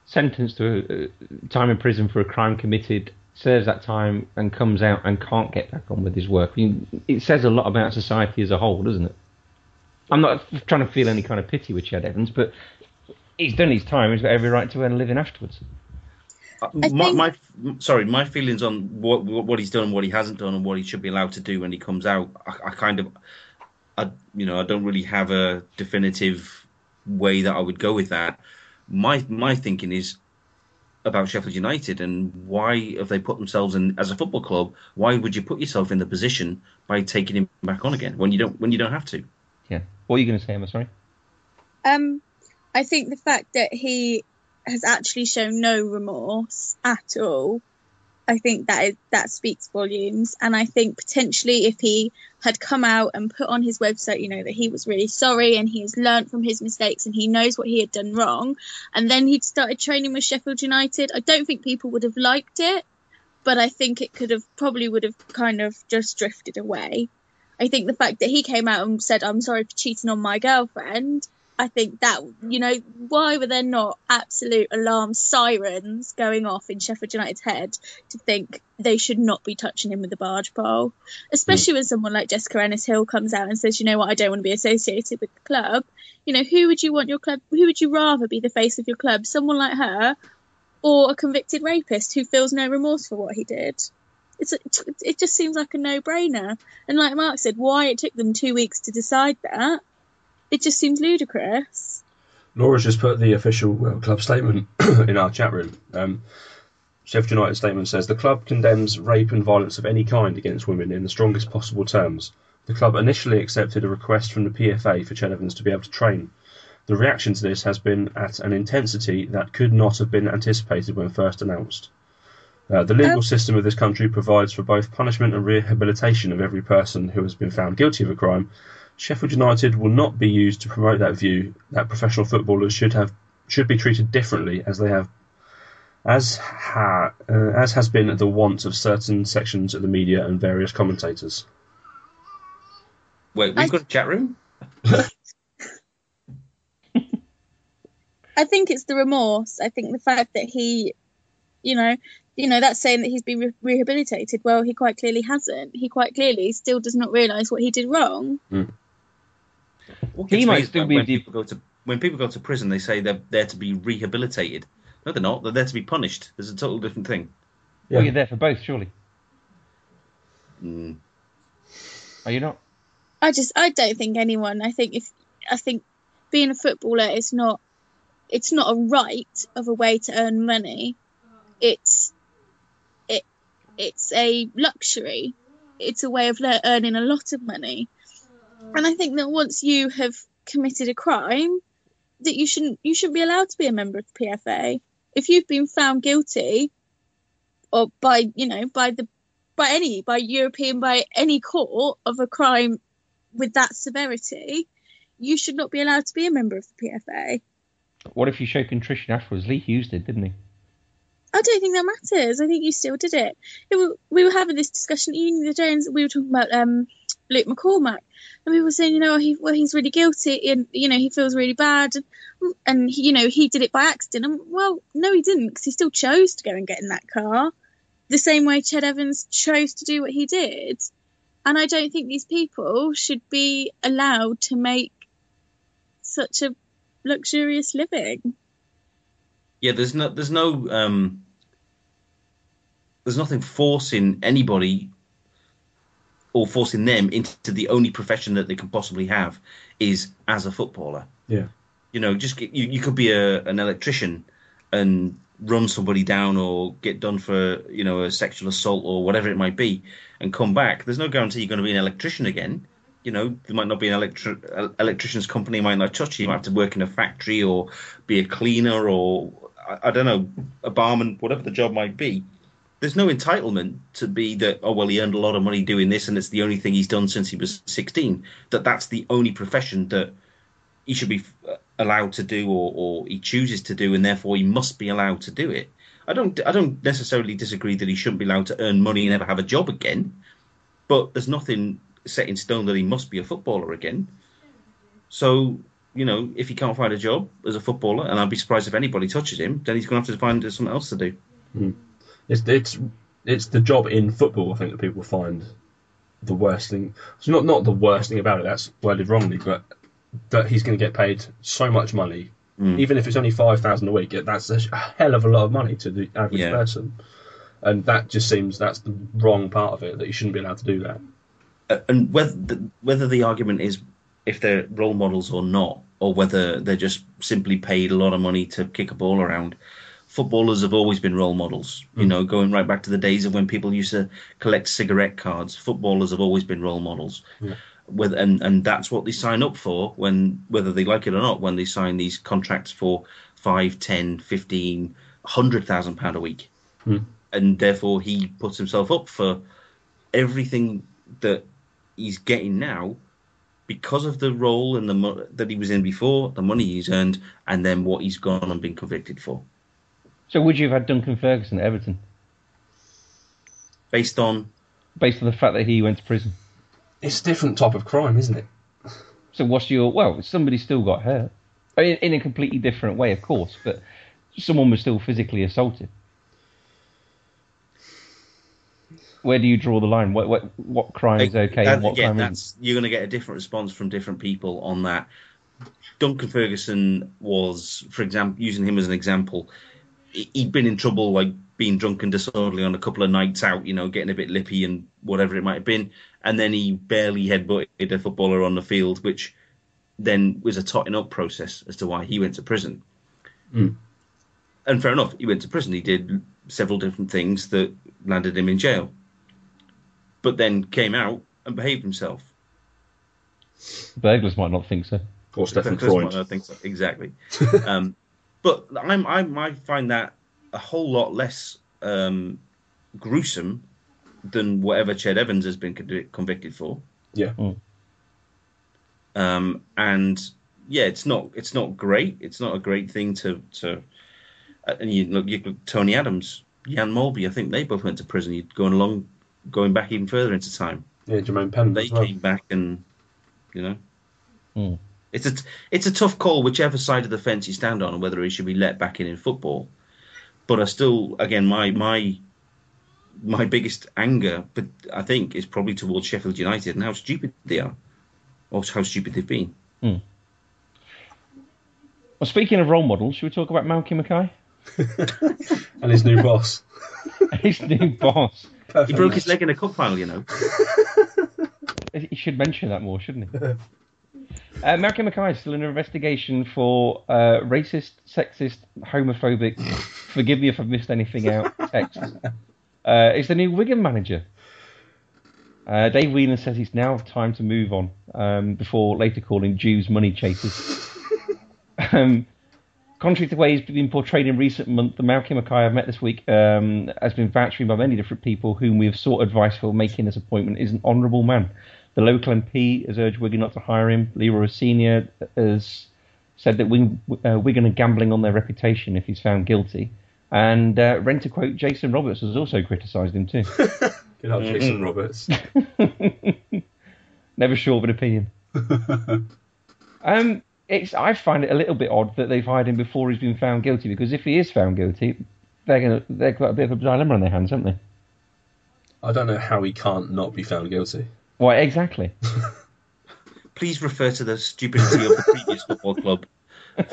[SPEAKER 1] sentenced to uh, time in prison for a crime committed, serves that time and comes out and can't get back on with his work, I mean, it says a lot about society as a whole, doesn't it? I'm not trying to feel any kind of pity with Chad Evans, but he's done his time. He's got every right to earn a living afterwards.
[SPEAKER 3] Uh, my,
[SPEAKER 2] think-
[SPEAKER 3] my sorry, my feelings on what what what he's done and what he hasn't done and what he should be allowed to do when he comes out. I, I kind of, I you know, I don't really have a definitive way that I would go with that. My my thinking is about Sheffield United and why have they put themselves in as a football club? Why would you put yourself in the position by taking him back on again when you don't when you don't have to?
[SPEAKER 1] Yeah. What are you going to say, Emma? Sorry.
[SPEAKER 2] Um, I think the fact that he has actually shown no remorse at all, I think that is that speaks volumes. And I think potentially if he had come out and put on his website, you know, that he was really sorry and he has learned from his mistakes and he knows what he had done wrong, and then he'd started training with Sheffield United, I don't think people would have liked it. But I think it could have probably would have kind of just drifted away. I think the fact that he came out and said, I'm sorry for cheating on my girlfriend, I think that, you know, why were there not absolute alarm sirens going off in Sheffield United's head to think they should not be touching him with a barge pole? Especially when someone like Jessica Ennis Hill comes out and says, you know what, I don't want to be associated with the club. You know, who would you want your club, who would you rather be the face of your club? Someone like her or a convicted rapist who feels no remorse for what he did? It's a, it just seems like a no brainer. And like Mark said, why it took them two weeks to decide that, it just seems ludicrous.
[SPEAKER 4] Laura's just put the official World Club statement in our chat room. Um, Sheffield United statement says the club condemns rape and violence of any kind against women in the strongest possible terms. The club initially accepted a request from the PFA for Chet Evans to be able to train. The reaction to this has been at an intensity that could not have been anticipated when first announced. Uh, the legal
[SPEAKER 2] Um,
[SPEAKER 4] system of this country provides for both punishment and rehabilitation of every person who has been found guilty of a crime, Sheffield United will not be used to promote that view that professional footballers should have should be treated differently as they have as ha, uh, as has been the want of certain sections of the media and various commentators.
[SPEAKER 3] Wait, we've
[SPEAKER 2] I-
[SPEAKER 3] got a chat room.
[SPEAKER 2] I think it's the remorse. I think the fact that he, you know, you know that's saying that he's been re- rehabilitated. Well, he quite clearly hasn't. He quite clearly still does not realise what he did wrong.
[SPEAKER 3] What
[SPEAKER 1] He
[SPEAKER 3] gets
[SPEAKER 1] might
[SPEAKER 3] me is
[SPEAKER 1] still
[SPEAKER 3] that
[SPEAKER 1] be
[SPEAKER 3] when
[SPEAKER 1] the-
[SPEAKER 3] people go to when people go to prison, they say they're there to be rehabilitated. No, they're not. They're there to be punished. There's a total different thing.
[SPEAKER 1] Well,
[SPEAKER 4] Yeah.
[SPEAKER 1] you're there for both, surely. Hmm.
[SPEAKER 3] Mm.
[SPEAKER 1] Are you not?
[SPEAKER 2] I just, I don't think anyone. I think if, I think being a footballer is not, it's not a right of a way to earn money. It's, it, it's a luxury. It's a way of le- earning a lot of money. And I think that once you have committed a crime, that you shouldn't, you shouldn't be allowed to be a member of the PFA. If you've been found guilty, or by you know by the by any by European by any court of a crime with that severity, you should not be allowed to be a member of the PFA.
[SPEAKER 1] What if you show contrition afterwards? Lee Hughes did, didn't he?
[SPEAKER 2] I don't think that matters. I think you still did it. it wa- we were having this discussion at uni the other day, and we were talking about um, Luke McCormack, and we were saying, you know, he, well, he's really guilty, and you know, he feels really bad, and, and he, you know, he did it by accident. And well, no, he didn't, because he still chose to go and get in that car, the same way Ched Evans chose to do what he did. And I don't think these people should be allowed to make such a luxurious living.
[SPEAKER 3] Yeah, there's no, there's no, um, there's nothing forcing anybody or forcing them into the only profession that they can possibly have is as a footballer.
[SPEAKER 4] Yeah.
[SPEAKER 3] You know, just get, you, you could be a, an electrician and run somebody down or get done for you know a sexual assault or whatever it might be, and come back. There's no guarantee you're going to be an electrician again. you know, there might not be an electri- el- electrician's company might not touch you. You might have to work in a factory or be a cleaner or I, I don't know, a barman, whatever the job might be. There's no entitlement to be that. Oh well, he earned a lot of money doing this, and it's the only thing he's done since he was 16. That that's the only profession that he should be uh, allowed to do, or, or he chooses to do, and therefore he must be allowed to do it. I don't. I don't necessarily disagree that he shouldn't be allowed to earn money and never have a job again but there's nothing set in stone that he must be a footballer again. So, you know, if he can't find a job as a footballer, and I'd be surprised if anybody touches him, then he's going to have to find something else to do.
[SPEAKER 4] It's it's it's the job in football. I think that people find the worst thing. It's not not the worst thing about it. That's worded wrongly, but that he's going to get paid so much money, even if it's only five thousand a week. That's a sh- a hell of a lot of money to the average
[SPEAKER 3] Yeah.
[SPEAKER 4] person, and that just seems that's the wrong part of it. That he shouldn't be allowed to do that.
[SPEAKER 3] Uh, And whether the, whether the argument is if they're role models or not, or whether they're just simply paid a lot of money to kick a ball around, footballers have always been role models. You know, going right back to the days of when people used to collect cigarette cards, footballers have always been role models. with and and that's what they sign up for when whether they like it or not when they sign these contracts for five ten fifteen hundred thousand pound a week and therefore he puts himself up for everything that he's getting now because of the role and the mo- that he was in before the money he's earned and then what he's gone and been convicted for
[SPEAKER 1] So would you have had Duncan Ferguson at Everton
[SPEAKER 3] based on
[SPEAKER 1] based on the fact that he went to prison?
[SPEAKER 4] It's a different type of crime, isn't it?
[SPEAKER 1] So what's your well? Somebody still got hurt, I mean, in a completely different way, of course, but someone was still physically assaulted. Where do you draw the line? What what, what crime is okay
[SPEAKER 3] That-
[SPEAKER 1] and what crime
[SPEAKER 3] again,
[SPEAKER 1] isn't?
[SPEAKER 3] that's, you're going to get a different response from different people on that. Duncan Ferguson was, for example, using him as an example, he- he'd been in trouble like being drunk and disorderly on a couple of nights out, you know, getting a bit lippy and whatever it might have been, and then he barely headbutted a footballer on the field, which then was a totting up process as to why he went to prison.
[SPEAKER 1] Hmm.
[SPEAKER 3] And fair enough, he went to prison. He did several different things that landed him in jail but then came out and behaved himself.
[SPEAKER 1] Burglars might not think so.
[SPEAKER 4] Or Stefan
[SPEAKER 3] That's what
[SPEAKER 4] Freud.
[SPEAKER 3] I think so. Exactly. um, but I'm, I'm, I find that a whole lot less um, gruesome than whatever Ched Evans has been convic- convicted for.
[SPEAKER 4] Yeah.
[SPEAKER 3] Um, and yeah, it's not it's not great. It's not a great thing to to. uh, And you look, you look Tony Adams, Jan Mulby. I think they both went to prison. You're going along, going back even further into time.
[SPEAKER 4] Yeah, Jermaine Pennant
[SPEAKER 3] they
[SPEAKER 4] as well.
[SPEAKER 3] came back and you know
[SPEAKER 1] Hmm.
[SPEAKER 3] it's a it's a tough call whichever side of the fence you stand on whether he should be let back in in football but i still again my my my biggest anger but i think is probably towards sheffield united and how stupid they are or how stupid they've been
[SPEAKER 1] Well, speaking of role models, should we talk about Malky Mackay?
[SPEAKER 4] and his new boss.
[SPEAKER 1] His new boss.
[SPEAKER 3] he broke his leg in a cup final you know
[SPEAKER 1] He should mention that more, shouldn't he? Uh, Malcolm Mackay is still under investigation for uh, racist, sexist, homophobic. forgive me if I've missed anything out. Text. Uh, is the new Wigan manager. Uh, Dave Whelan says it's now time to move on um, before later calling Jews money chasers. um, contrary to the way he's been portrayed in recent months, the Malcolm Mackay I've met this week um, has been vouched for by many different people whom we have sought advice for making this appointment is an honourable man. The local MP has urged Wigan not to hire him. Leroy Senior has said that Wigan, uh, Wigan are gambling on their reputation if he's found guilty. And uh, rent a quote, Jason Roberts has also criticised him too.
[SPEAKER 4] Good old Jason Roberts.
[SPEAKER 1] Never short of an opinion. um, it's I find it a little bit odd that they've hired him before he's been found guilty because if he is found guilty, they're gonna they've got a bit of a dilemma on their hands, haven't they?
[SPEAKER 4] I don't know how he can't not be found guilty.
[SPEAKER 1] Why exactly?
[SPEAKER 3] please refer to the stupidity of the previous football club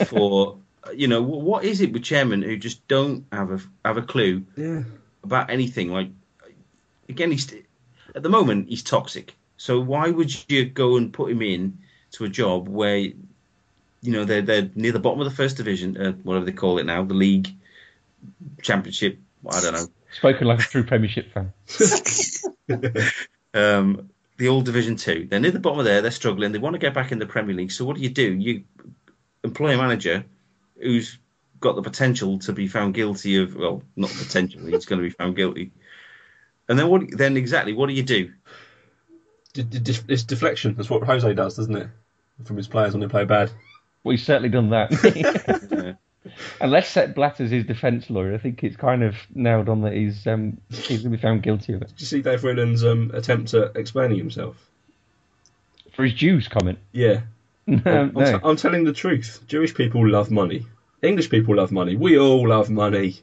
[SPEAKER 3] for you know wh- what is it with chairmen who just don't have a have a clue about anything like again he's at the moment he's toxic so why would you go and put him in to a job where you know they're they're near the bottom of the first division uh, whatever they call it now the league championship I don't know
[SPEAKER 1] Spoken like a true Premiership fan.
[SPEAKER 3] um, the old Division Two. They're near the bottom of there. They're struggling. They want to get back in the Premier League. So what do you do? You employ a manager who's got the potential to be found guilty of well, not potential. he's going to be found guilty. And then what? Then exactly what do you do?
[SPEAKER 4] D- d- dif- It's deflection. That's what Jose does, doesn't it? From his players when they play bad.
[SPEAKER 1] We've certainly done that.
[SPEAKER 3] Uh,
[SPEAKER 1] Unless Seth Blatter's his defence lawyer, I think it's kind of nailed on that he's um, he's going to be found guilty of it
[SPEAKER 4] Did you see Dave Freeland's um, attempt at explaining himself?
[SPEAKER 1] for his Jews comment.
[SPEAKER 4] Yeah.
[SPEAKER 1] no,
[SPEAKER 4] I'm, t-
[SPEAKER 1] no.
[SPEAKER 4] I'm telling the truth. Jewish people love money. English people love money. We all love money.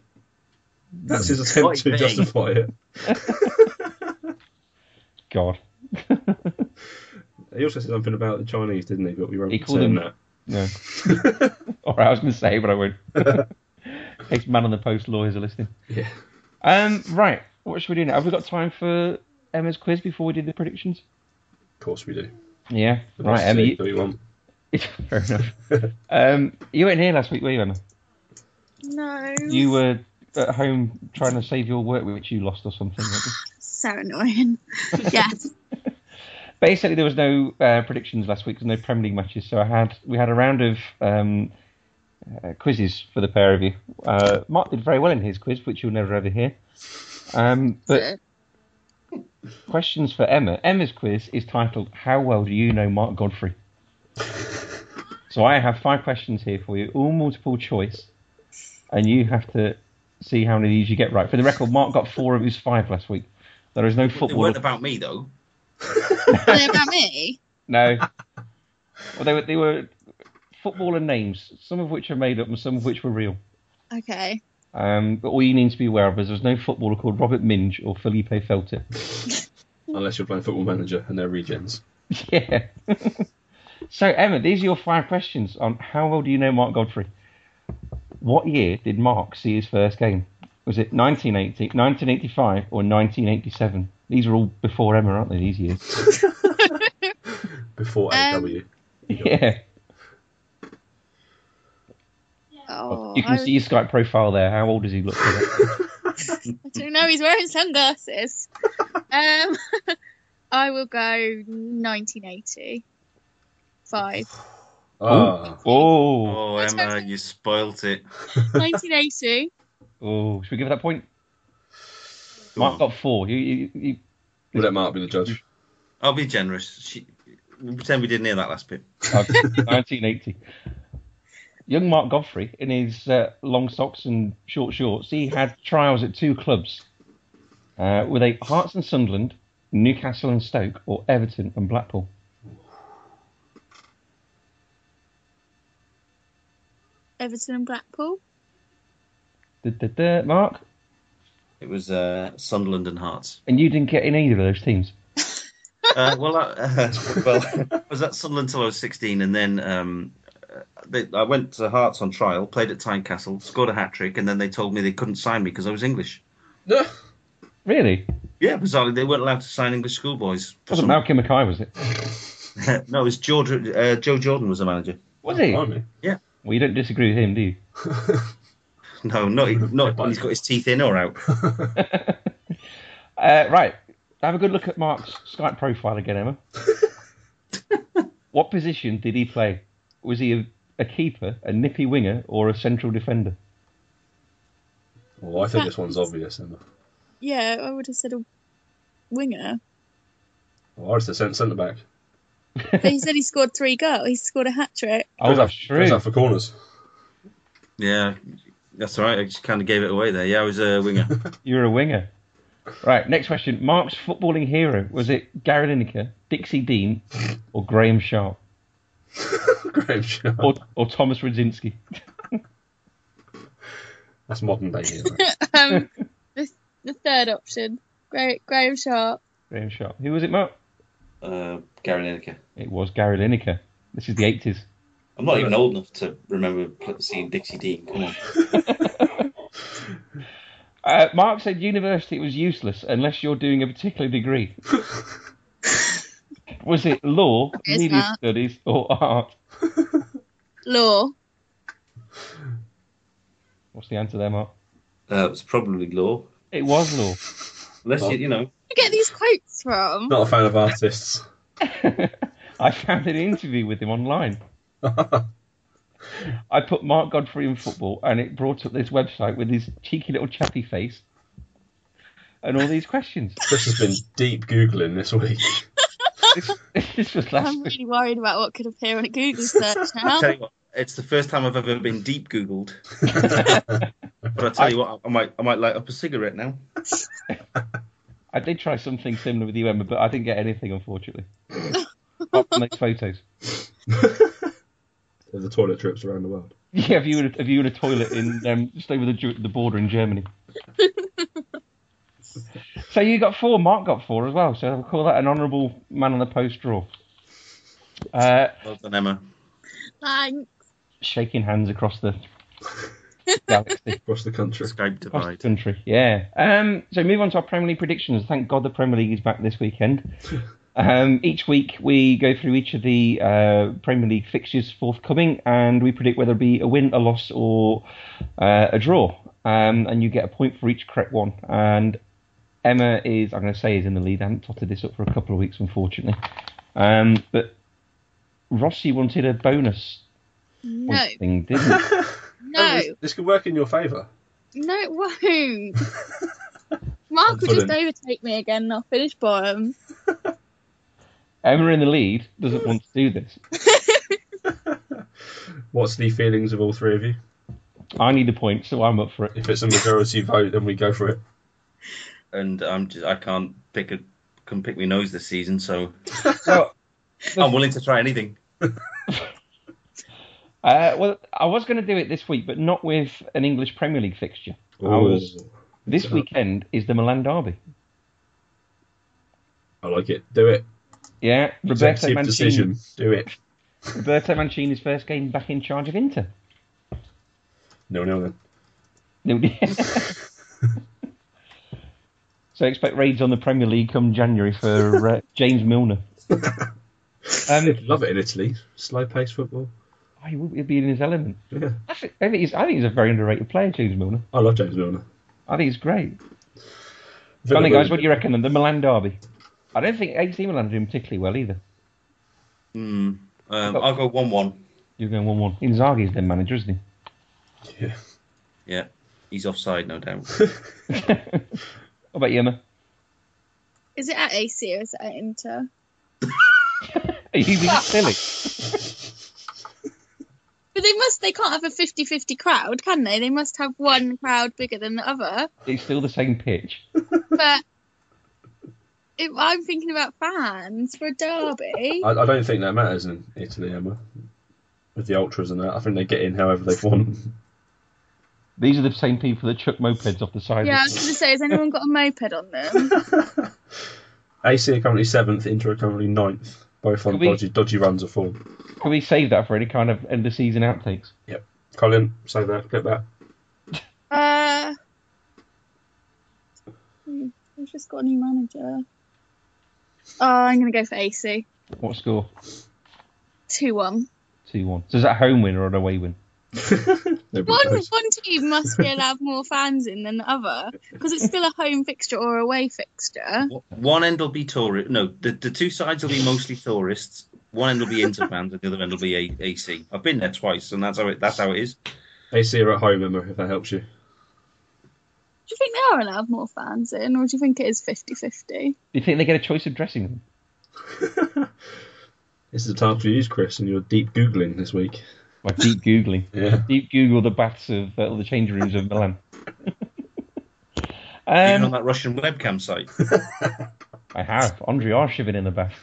[SPEAKER 4] That's his attempt to
[SPEAKER 3] Right thing.
[SPEAKER 4] justify it.
[SPEAKER 1] God,
[SPEAKER 4] He also said something about the Chinese, didn't he? But we won't
[SPEAKER 1] He
[SPEAKER 4] he
[SPEAKER 1] called them-
[SPEAKER 4] that.
[SPEAKER 1] no. All right, I was going to say, but I won't. Ex man on the post lawyers are listening.
[SPEAKER 4] Yeah.
[SPEAKER 1] Um, right, what should we do now? Have we got time for Emma's quiz before we do the predictions?
[SPEAKER 4] Of course we do.
[SPEAKER 1] Yeah,
[SPEAKER 4] The
[SPEAKER 1] right,
[SPEAKER 4] best
[SPEAKER 1] Emma.
[SPEAKER 4] take
[SPEAKER 1] You,
[SPEAKER 4] that we want.
[SPEAKER 1] fair enough. Um, you weren't here last week, were you, Emma?
[SPEAKER 2] No.
[SPEAKER 1] You were at home trying to save your work, which you lost or something. weren't you?
[SPEAKER 2] So annoying. yes.
[SPEAKER 1] basically there was no uh, predictions last week, there was no Premier League matches, so I had we had a round of um, uh, quizzes for the pair of you. Uh, Mark did very well in his quiz, which you'll never ever hear. Um, but questions for Emma. Emma's quiz is titled "How well do you know Mark Godfrey?" so I have five questions here for you, all multiple choice, and you have to see how many of these you get right. For the record, Mark got four of his five last week. There is no
[SPEAKER 3] They
[SPEAKER 1] football.
[SPEAKER 3] weren't about me though.
[SPEAKER 2] Are they about me?
[SPEAKER 1] No. well, they were they were footballer names, some of which are made up and some of which were real.
[SPEAKER 2] Okay.
[SPEAKER 1] Um, but all you need to be aware of is there's no footballer called Robert Minge or Felipe Felter.
[SPEAKER 4] Unless you're playing Football Manager and they're regens.
[SPEAKER 1] yeah. so Emma, these are your five questions on how well do you know Mark Godfrey? What year did Mark see his first game? Was it 1980, 1985 or 1987? These are all before Emma, aren't they? These years.
[SPEAKER 4] Before
[SPEAKER 2] Um,
[SPEAKER 4] AW.
[SPEAKER 1] yeah.
[SPEAKER 2] Oh,
[SPEAKER 1] You can
[SPEAKER 2] I,
[SPEAKER 1] see his Skype profile there. How old does he look?
[SPEAKER 2] I don't know. He's wearing sunglasses. um, I will go 1980. Five.
[SPEAKER 4] Ah.
[SPEAKER 1] oh.
[SPEAKER 3] Oh,
[SPEAKER 2] That's
[SPEAKER 3] Emma,
[SPEAKER 2] okay.
[SPEAKER 3] you spoilt it.
[SPEAKER 2] 1980.
[SPEAKER 1] Oh, should we give that point?
[SPEAKER 3] Go
[SPEAKER 1] Mark
[SPEAKER 3] on.
[SPEAKER 1] got four. You, you, you,
[SPEAKER 4] We'll let Mark be the judge.
[SPEAKER 3] I'll be generous. She, we'll pretend we didn't hear that last bit.
[SPEAKER 1] uh, 1980. Young Mark Godfrey, in his uh, long socks and short shorts, he had trials at two clubs uh, with a Hearts and Sunderland, Newcastle and Stoke, or Everton and Blackpool.
[SPEAKER 2] Everton and Blackpool.
[SPEAKER 1] Da, da, da, Mark,
[SPEAKER 3] It was uh, Sunderland and Hearts.
[SPEAKER 1] and you didn't get in either of those teams.
[SPEAKER 3] Uh, well, I, uh, well, I was at Sunderland till I was 16, and then um, uh, they, I went to Hearts on trial, played at Tynecastle, scored a hat trick, and then they told me they couldn't sign me because I was English.
[SPEAKER 1] Really?
[SPEAKER 3] Yeah, bizarrely, they weren't allowed to sign English schoolboys. for
[SPEAKER 1] Wasn't
[SPEAKER 3] some-
[SPEAKER 1] Malcolm Mackay, was it?
[SPEAKER 3] no, it was Jordan, uh, Joe Jordan was the manager.
[SPEAKER 1] Was he? Well,
[SPEAKER 4] Blimey.
[SPEAKER 1] you don't disagree with him, do you?
[SPEAKER 3] No, not not when he's got his teeth in or out.
[SPEAKER 1] Uh, right. Have a good look at Mark's Skype profile again, Emma. what position did he play? Was he a, a keeper, a nippy winger, or a central defender?
[SPEAKER 4] Well, I think this one's obvious, Emma.
[SPEAKER 2] Yeah, I would have said a winger.
[SPEAKER 4] Well, I was the cent- centre back.
[SPEAKER 2] But he said he scored three goals. He scored a hat trick.
[SPEAKER 1] Oh,
[SPEAKER 4] Goes
[SPEAKER 1] that's
[SPEAKER 4] out- goes
[SPEAKER 1] true.
[SPEAKER 4] out for corners.
[SPEAKER 3] Yeah, that's all right. I just kind of gave it away there. Yeah, I was a winger.
[SPEAKER 1] You're a winger. Right. Next question. Mark's footballing hero was it Gary Lineker, Dixie Dean, or Graham Sharp,
[SPEAKER 4] Graham Sharp.
[SPEAKER 1] or, or Thomas Radzinski?
[SPEAKER 4] That's modern day here.
[SPEAKER 2] Um, the, the third option, Gra- Graham Sharp.
[SPEAKER 1] Graham Sharp. Who was it, Mark?
[SPEAKER 3] Uh, Gary Lineker.
[SPEAKER 1] It was Gary Lineker. This is the 80s.
[SPEAKER 3] I'm not even old enough to remember seeing Dixie Dean. Come on.
[SPEAKER 1] Uh, Mark said university was useless unless you're doing a particular degree. was it law,
[SPEAKER 2] Yes,
[SPEAKER 1] media
[SPEAKER 2] Mark.
[SPEAKER 1] studies, or art?
[SPEAKER 2] Law.
[SPEAKER 1] What's the answer there, Mark?
[SPEAKER 3] Uh, it was probably Law.
[SPEAKER 1] It was law.
[SPEAKER 3] Unless you, you know,
[SPEAKER 2] you get these quotes from?
[SPEAKER 4] Not a fan of artists.
[SPEAKER 1] I found an interview with him online. I put Mark Godfrey in football, and it brought up this website with his cheeky little chappy face and all these questions.
[SPEAKER 4] Chris has been deep googling this week.
[SPEAKER 1] This, this was last
[SPEAKER 2] I'm
[SPEAKER 1] week.
[SPEAKER 2] really worried about what could appear on a Google search now.
[SPEAKER 3] tell you what, it's the first time I've ever been deep Googled. but I tell you what, I might, I might light up a cigarette now.
[SPEAKER 1] I did try something similar with you, Emma, but I didn't get anything, unfortunately. Apart from those photos.
[SPEAKER 4] Of the toilet trips around the world.
[SPEAKER 1] Yeah, have you in a, have you in a toilet in um, just over the, Ju- the border in Germany? so you got four. Mark got four as well. So I'll call that an honourable man on the post draw. Uh,
[SPEAKER 3] Well done, Emma.
[SPEAKER 2] Thanks.
[SPEAKER 1] shaking hands across the galaxy,
[SPEAKER 4] Across the country.
[SPEAKER 3] Skype
[SPEAKER 1] across the
[SPEAKER 3] divide.
[SPEAKER 1] country. Yeah. Um, so move on to our Premier League predictions. Thank God the Premier League is back this weekend. Um, each week we go through each of the uh, Premier League fixtures forthcoming, and we predict whether it be a win, a loss, or uh, a draw. Um, and you get a point for each correct one. And Emma is, I'm going to say, is in the lead. I haven't totted this up for a couple of weeks, unfortunately. Um, but Rossi wanted a bonus point
[SPEAKER 2] No,
[SPEAKER 1] thing, didn't he?
[SPEAKER 2] no,
[SPEAKER 4] This, this could work in your favour.
[SPEAKER 2] no, it won't. Mark will just
[SPEAKER 4] Confident.
[SPEAKER 2] overtake me again and I'll finish bottom.
[SPEAKER 1] Emma in the lead doesn't want to do this.
[SPEAKER 4] What's the feelings of all three of you?
[SPEAKER 1] I need a point, so I'm up for it.
[SPEAKER 4] If it's a majority vote, then we go for it.
[SPEAKER 3] And I'm just, I can't pick a, can pick my nose this season, so
[SPEAKER 1] So,
[SPEAKER 3] I'm willing to try anything.
[SPEAKER 1] uh, well, I was going to do it this week, but not with an English Premier League fixture. I was,
[SPEAKER 4] Ooh,
[SPEAKER 1] this
[SPEAKER 4] Uh-huh.
[SPEAKER 1] weekend is the Milan derby.
[SPEAKER 4] I like it. Do it.
[SPEAKER 1] Yeah, Roberto
[SPEAKER 4] Executive
[SPEAKER 1] Mancini,
[SPEAKER 4] decision. Do it.
[SPEAKER 1] Roberto Mancini's first game back in charge of Inter.
[SPEAKER 4] No, no, then.
[SPEAKER 1] No- so expect raids on the Premier League come January for uh, James Milner. Um,
[SPEAKER 4] Love it in Italy. Slow paced football.
[SPEAKER 1] oh, he would be in his element.
[SPEAKER 4] Yeah.
[SPEAKER 1] I think, I think he's, I think he's a very underrated player, James Milner.
[SPEAKER 4] I love James Milner.
[SPEAKER 1] I think he's great. Go on then, guys, what do you reckon? Then the Milan derby. I don't think AC Milan are doing particularly well either.
[SPEAKER 3] Um, I'll go one-one.
[SPEAKER 1] You're going one-one. Inzaghi's their manager, isn't he?
[SPEAKER 4] Yeah.
[SPEAKER 3] Yeah, he's offside, no doubt.
[SPEAKER 1] What about you, Emma?
[SPEAKER 2] Is it at AC or is it at Inter?
[SPEAKER 1] Are you being silly?
[SPEAKER 2] But they must, they can't have a 50 50 crowd, can they? They must have one crowd bigger than the other.
[SPEAKER 1] It's still the same pitch.
[SPEAKER 2] But if I'm thinking about fans for a derby,
[SPEAKER 4] I, I don't think that matters in Italy, Emma. With the ultras and that, I think they get in however they want.
[SPEAKER 1] These are the same people that chuck mopeds off the side.
[SPEAKER 2] yeah, I was going to say, has anyone got a moped on them?
[SPEAKER 4] AC are currently seventh, Inter are currently ninth, both on
[SPEAKER 1] Could we-
[SPEAKER 4] dodgy, dodgy runs of form.
[SPEAKER 1] Can we save that for any kind of end of season outtakes?
[SPEAKER 4] Yep. Colin, say that, clip that.
[SPEAKER 2] Uh, hmm, we've just got a new manager. Oh, I'm going to go for AC.
[SPEAKER 1] What score?
[SPEAKER 2] 2 1.
[SPEAKER 1] Two-one. So is that a home win or an away win?
[SPEAKER 4] Nobody
[SPEAKER 2] One,
[SPEAKER 4] knows.
[SPEAKER 2] one team must be allowed more fans in than the other because it's still a home fixture or away fixture.
[SPEAKER 3] One end will be tourist. No, the, the two sides will be mostly tourists. One end will be Inter fans, and the other end will be A- AC. I've been there twice, and that's how it. That's how it is.
[SPEAKER 4] AC are at home, Emma, if that helps you.
[SPEAKER 2] Do you think they are allowed more fans in or do you think it is 50 50?
[SPEAKER 1] Do you think they get a choice of dressing room?
[SPEAKER 4] This is the time for you, Chris, and you're deep Googling this week.
[SPEAKER 1] By deep googling.
[SPEAKER 4] Yeah.
[SPEAKER 1] Deep Google the baths of uh, all the change rooms of Milan.
[SPEAKER 3] Even on
[SPEAKER 1] um,
[SPEAKER 3] that Russian webcam site.
[SPEAKER 1] I have. Andre Arshavin in the bath.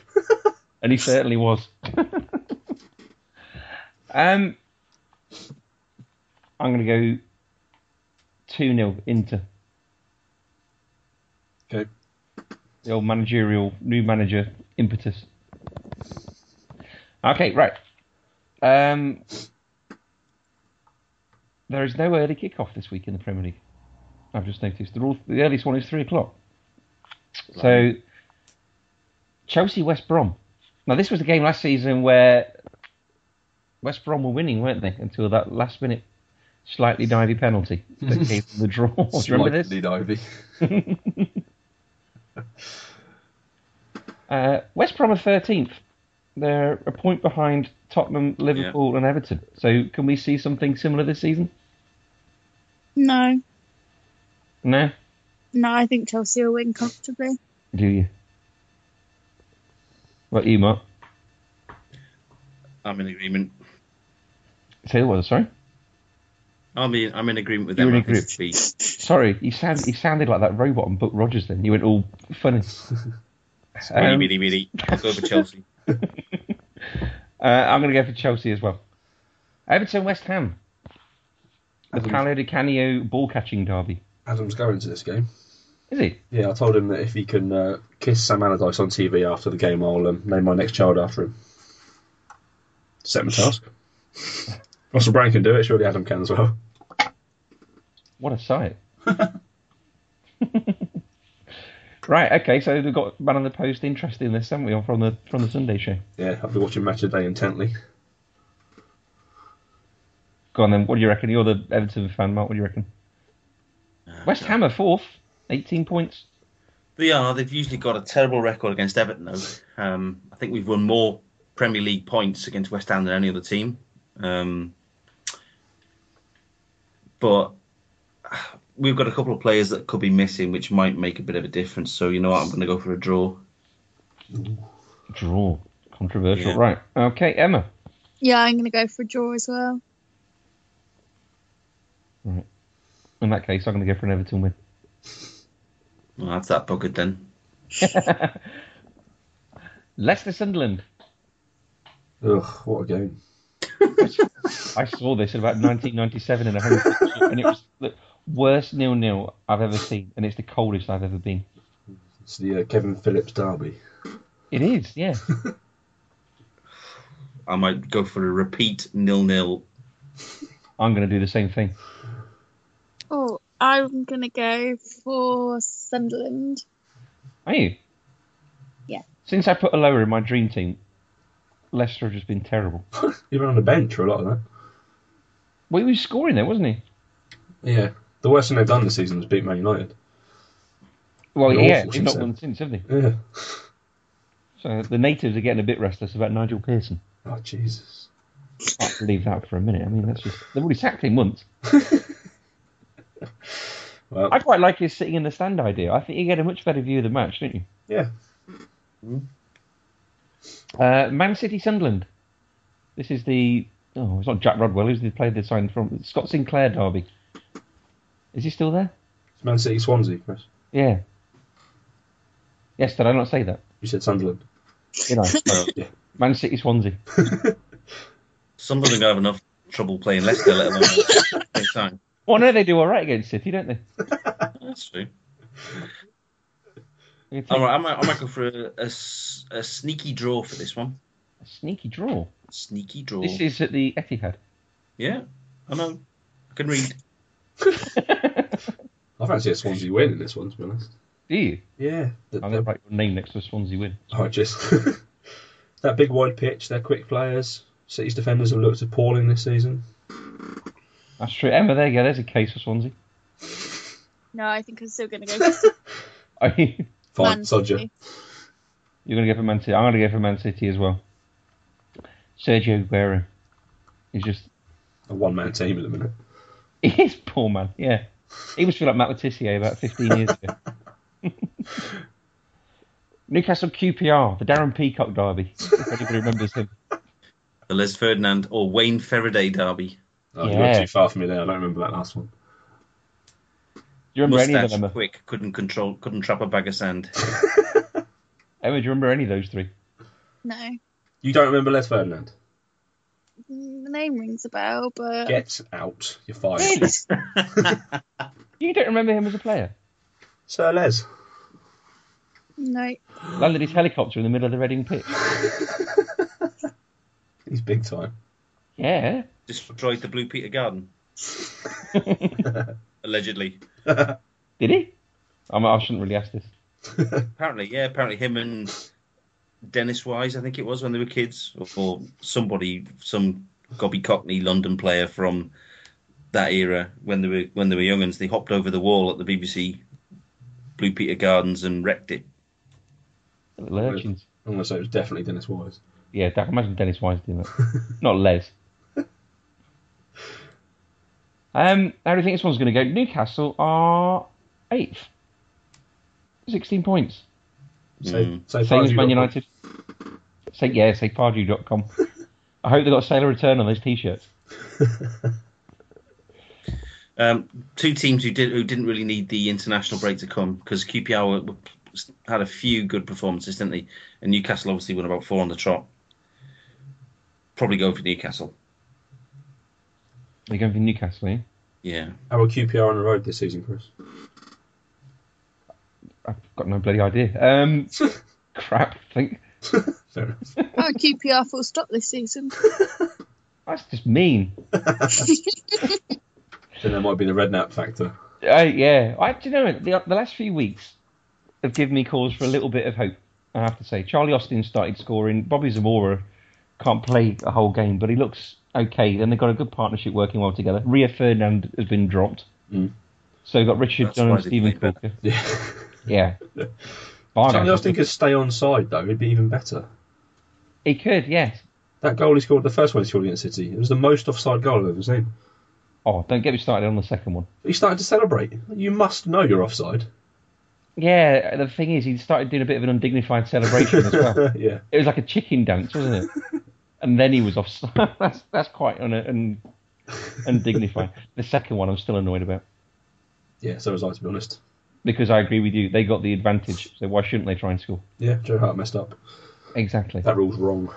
[SPEAKER 1] and he certainly was. um, I'm going to go 2 0 Inter.
[SPEAKER 4] Okay.
[SPEAKER 1] The old managerial, new manager impetus. Okay, right. Um, there is no early kickoff this week in the Premier League. I've just noticed. They're all, the earliest one is 3 o'clock. So, Chelsea West Brom. Now, this was the game last season where West Brom were winning, weren't they? Until that last minute, slightly divey penalty that gave them the draw. Do you remember this?
[SPEAKER 4] Ivy.
[SPEAKER 1] Uh, West Brom are thirteenth. They're a point behind Tottenham, Liverpool, and Everton. So can we see something similar this season?
[SPEAKER 2] No,
[SPEAKER 1] No.
[SPEAKER 2] no, I think Chelsea will win comfortably.
[SPEAKER 1] Do you? What about you, Mark?
[SPEAKER 3] I'm in agreement.
[SPEAKER 1] Say the word. Sorry.
[SPEAKER 3] I'm in, I'm in agreement with
[SPEAKER 1] You're
[SPEAKER 3] them.
[SPEAKER 1] in
[SPEAKER 3] I think
[SPEAKER 1] agreement.
[SPEAKER 3] it's the-
[SPEAKER 1] Sorry, you sound you sounded like that robot on Buck Rogers. Then you went all funny.
[SPEAKER 3] Really,
[SPEAKER 1] Um,
[SPEAKER 3] really, really. I'll go for Chelsea.
[SPEAKER 1] uh, I'm going to go for Chelsea as well. Everton, West Ham, the
[SPEAKER 4] Adam's-
[SPEAKER 1] Paolo Di Canio ball catching derby.
[SPEAKER 4] Adam's going to this game.
[SPEAKER 1] Is he?
[SPEAKER 4] Yeah, I told him that if he can uh, kiss Sam Allardyce on TV after the game, I'll um, name my next child after him. Set my task. Russell Brand can do it, surely Adam can as well.
[SPEAKER 1] What a sight. right, okay, so we've got man on the post interest in this, haven't we, from the from the Sunday show.
[SPEAKER 4] Yeah, I've been watching Match of the Day intently.
[SPEAKER 1] Go on then, what do you reckon? You're the Everton fan, Mark, what do you reckon? West Ham are fourth, eighteen points.
[SPEAKER 3] They are. They've usually got a terrible record against Everton, though. Um, I think we've won more Premier League points against West Ham than any other team. Um, but we've got a couple of players that could be missing, which might make a bit of a difference. So, you know what? I'm going to go for a draw.
[SPEAKER 1] Draw. Controversial.
[SPEAKER 3] Yeah.
[SPEAKER 1] Right. Okay, Emma.
[SPEAKER 2] Yeah, I'm going to go for a draw as well.
[SPEAKER 1] In that case, I'm gonna go for an Everton win.
[SPEAKER 3] Well, that's that buggered then.
[SPEAKER 1] Leicester Sunderland.
[SPEAKER 4] Ugh, what a game.
[SPEAKER 1] I saw this in about 1997 in a home picture, and it was the worst nil nil I've ever seen, and it's the coldest I've ever been.
[SPEAKER 4] It's the uh, Kevin Phillips derby.
[SPEAKER 1] It is, yeah.
[SPEAKER 3] I might go for a repeat nil-nil.
[SPEAKER 1] I'm going to do the same thing.
[SPEAKER 2] Oh, I'm going to go for Sunderland.
[SPEAKER 1] Are you?
[SPEAKER 2] Yeah.
[SPEAKER 1] Since I put a lower in my dream team, Leicester have just been terrible.
[SPEAKER 4] He ran on the bench for a lot of that.
[SPEAKER 1] Well, he was scoring there, wasn't he?
[SPEAKER 4] Yeah. The worst thing they've done this season was beat Man United.
[SPEAKER 1] Well,
[SPEAKER 4] They're
[SPEAKER 1] yeah,
[SPEAKER 4] awful
[SPEAKER 1] they've
[SPEAKER 4] since
[SPEAKER 1] not
[SPEAKER 4] then.
[SPEAKER 1] won since, have they?
[SPEAKER 4] Yeah.
[SPEAKER 1] So the natives are getting a bit restless about Nigel Pearson.
[SPEAKER 4] Oh, Jesus.
[SPEAKER 1] I can't believe that for a minute. I mean, that's just. They've already sacked him once.
[SPEAKER 4] Well,
[SPEAKER 1] I quite like his sitting in the stand idea. I think you get a much better view of the match, don't you?
[SPEAKER 4] yeah.
[SPEAKER 1] Uh, Man City Sunderland. This is the oh, it's not Jack Rodwell. Who's the player they signed from? It's Scott Sinclair Derby. Is he still there?
[SPEAKER 4] It's Man City Swansea, Chris.
[SPEAKER 1] Yeah. Yes, did I not say that?
[SPEAKER 4] You said Sunderland.
[SPEAKER 1] Did I?
[SPEAKER 3] No,
[SPEAKER 1] Man City Swansea.
[SPEAKER 3] some of them have enough trouble playing Leicester, let alone next time.
[SPEAKER 1] Well, no, they do all right against City, don't they?
[SPEAKER 3] That's true.
[SPEAKER 1] They take
[SPEAKER 3] All right, I might, I might go for a, a s- a sneaky draw for this one.
[SPEAKER 1] a sneaky draw.
[SPEAKER 3] Sneaky draw.
[SPEAKER 1] This is at the Etihad.
[SPEAKER 3] Yeah, I know. I can read.
[SPEAKER 4] I've actually had Swansea win in this one, to be honest.
[SPEAKER 1] Do you?
[SPEAKER 4] Yeah. The-
[SPEAKER 1] I'm
[SPEAKER 4] the-
[SPEAKER 1] going to write your name next to a Swansea win.
[SPEAKER 4] Oh, just that big wide pitch. They're quick players. City's defenders have looked appalling this season.
[SPEAKER 1] That's true. Emma, there you go. There's a case for Swansea.
[SPEAKER 2] No, I think I'm still going to go for
[SPEAKER 1] Are you?
[SPEAKER 4] Fine,
[SPEAKER 2] Man
[SPEAKER 4] Sodger.
[SPEAKER 2] City.
[SPEAKER 1] You're going to go for Man City. I'm going to go for Man City as well. Sergio Aguero. He's just
[SPEAKER 4] A one-man team at the minute.
[SPEAKER 1] He is poor man, yeah. He must feel like Matt Letitia about 15 years ago. Newcastle QPR, the Darren Peacock derby, if anybody remembers him.
[SPEAKER 3] The Les Ferdinand or Wayne Faraday derby.
[SPEAKER 4] Oh, you went
[SPEAKER 1] Yeah.
[SPEAKER 4] too far for me there. I don't remember that last one.
[SPEAKER 1] Do you remember any of
[SPEAKER 3] Mustache
[SPEAKER 1] them, Emma?
[SPEAKER 3] quick, couldn't control, couldn't trap a bag of sand.
[SPEAKER 1] Emma, Oh, do you remember any of those three?
[SPEAKER 2] No,
[SPEAKER 4] You don't remember Les Ferdinand?
[SPEAKER 2] Mm, the name rings a bell, but
[SPEAKER 4] Get out. You're fired.
[SPEAKER 1] You don't remember him as a player?
[SPEAKER 4] Sir Les.
[SPEAKER 2] no,
[SPEAKER 1] Landed his helicopter in the middle of the Reading pitch.
[SPEAKER 4] He's big time.
[SPEAKER 1] Yeah.
[SPEAKER 3] Destroyed the Blue Peter Garden. Allegedly.
[SPEAKER 1] Did he? I'm, I shouldn't really ask this.
[SPEAKER 3] Apparently, yeah. Apparently, him and Dennis Wise, I think it was when they were kids, or, or somebody, some gobby cockney London player from that era when they were when they were younguns. They hopped over the wall at the BBC Blue Peter Gardens and wrecked it.
[SPEAKER 1] Lurchins.
[SPEAKER 4] I'm going to say it was definitely Dennis Wise.
[SPEAKER 1] Yeah, I can imagine Dennis Wise doing that. Not Les. Um, how do you think this one's going to go? Newcastle are eighth, sixteen points.
[SPEAKER 4] Say, say
[SPEAKER 1] Hmm. Same as
[SPEAKER 4] Pardew
[SPEAKER 1] Man
[SPEAKER 4] got-
[SPEAKER 1] United. Say yeah, say Pardew.com. I hope they got a sailor return on those t-shirts.
[SPEAKER 3] Um, two teams who did who didn't really need the international break to come because QPR were, were- had a few good performances, didn't they? And Newcastle obviously won about four on the trot. Probably go for Newcastle.
[SPEAKER 1] They're going for Newcastle. eh?
[SPEAKER 3] Yeah,
[SPEAKER 4] How are QPR on the road this season, Chris?
[SPEAKER 1] I've got no bloody idea. Um, crap. I think
[SPEAKER 4] Fair enough.
[SPEAKER 2] Oh, QPR full stop this season.
[SPEAKER 1] that's just mean.
[SPEAKER 4] Then there might be the redknapp factor.
[SPEAKER 1] Uh, yeah, I do you know the, the last few weeks have given me cause for a little bit of hope. I have to say, Charlie Austin started scoring. Bobby Zamora can't play a whole game, but he looks okay. Then they've got a good partnership working well together. Ria Ferdinand has been dropped,
[SPEAKER 4] Mm.
[SPEAKER 1] so you've got Richard
[SPEAKER 3] That's
[SPEAKER 1] Dunn
[SPEAKER 3] why
[SPEAKER 1] and
[SPEAKER 3] they
[SPEAKER 1] Stephen
[SPEAKER 3] played
[SPEAKER 1] Coker.
[SPEAKER 4] Yeah.
[SPEAKER 1] Yeah,
[SPEAKER 4] Yeah.
[SPEAKER 1] Barney,
[SPEAKER 4] Charlie Austin could stay on side, though. It'd be even better.
[SPEAKER 1] He could, yes.
[SPEAKER 4] That goal he scored, the first one he scored against City, it was the most offside goal I've ever seen.
[SPEAKER 1] Oh, don't get me started on the second one.
[SPEAKER 4] He started to celebrate. You must know you're offside.
[SPEAKER 1] Yeah, the thing is, he started doing a bit of an undignified celebration as well.
[SPEAKER 4] yeah.
[SPEAKER 1] It was like a chicken dance, wasn't it? and then he was offside. that's that's quite un, un, undignified. the second one, I'm still annoyed about
[SPEAKER 4] Yeah, so was I, to be honest.
[SPEAKER 1] because I agree with you. They got the advantage, so why shouldn't they try and score?
[SPEAKER 4] Yeah, Joe Hart messed up.
[SPEAKER 1] Exactly.
[SPEAKER 4] That rule's wrong.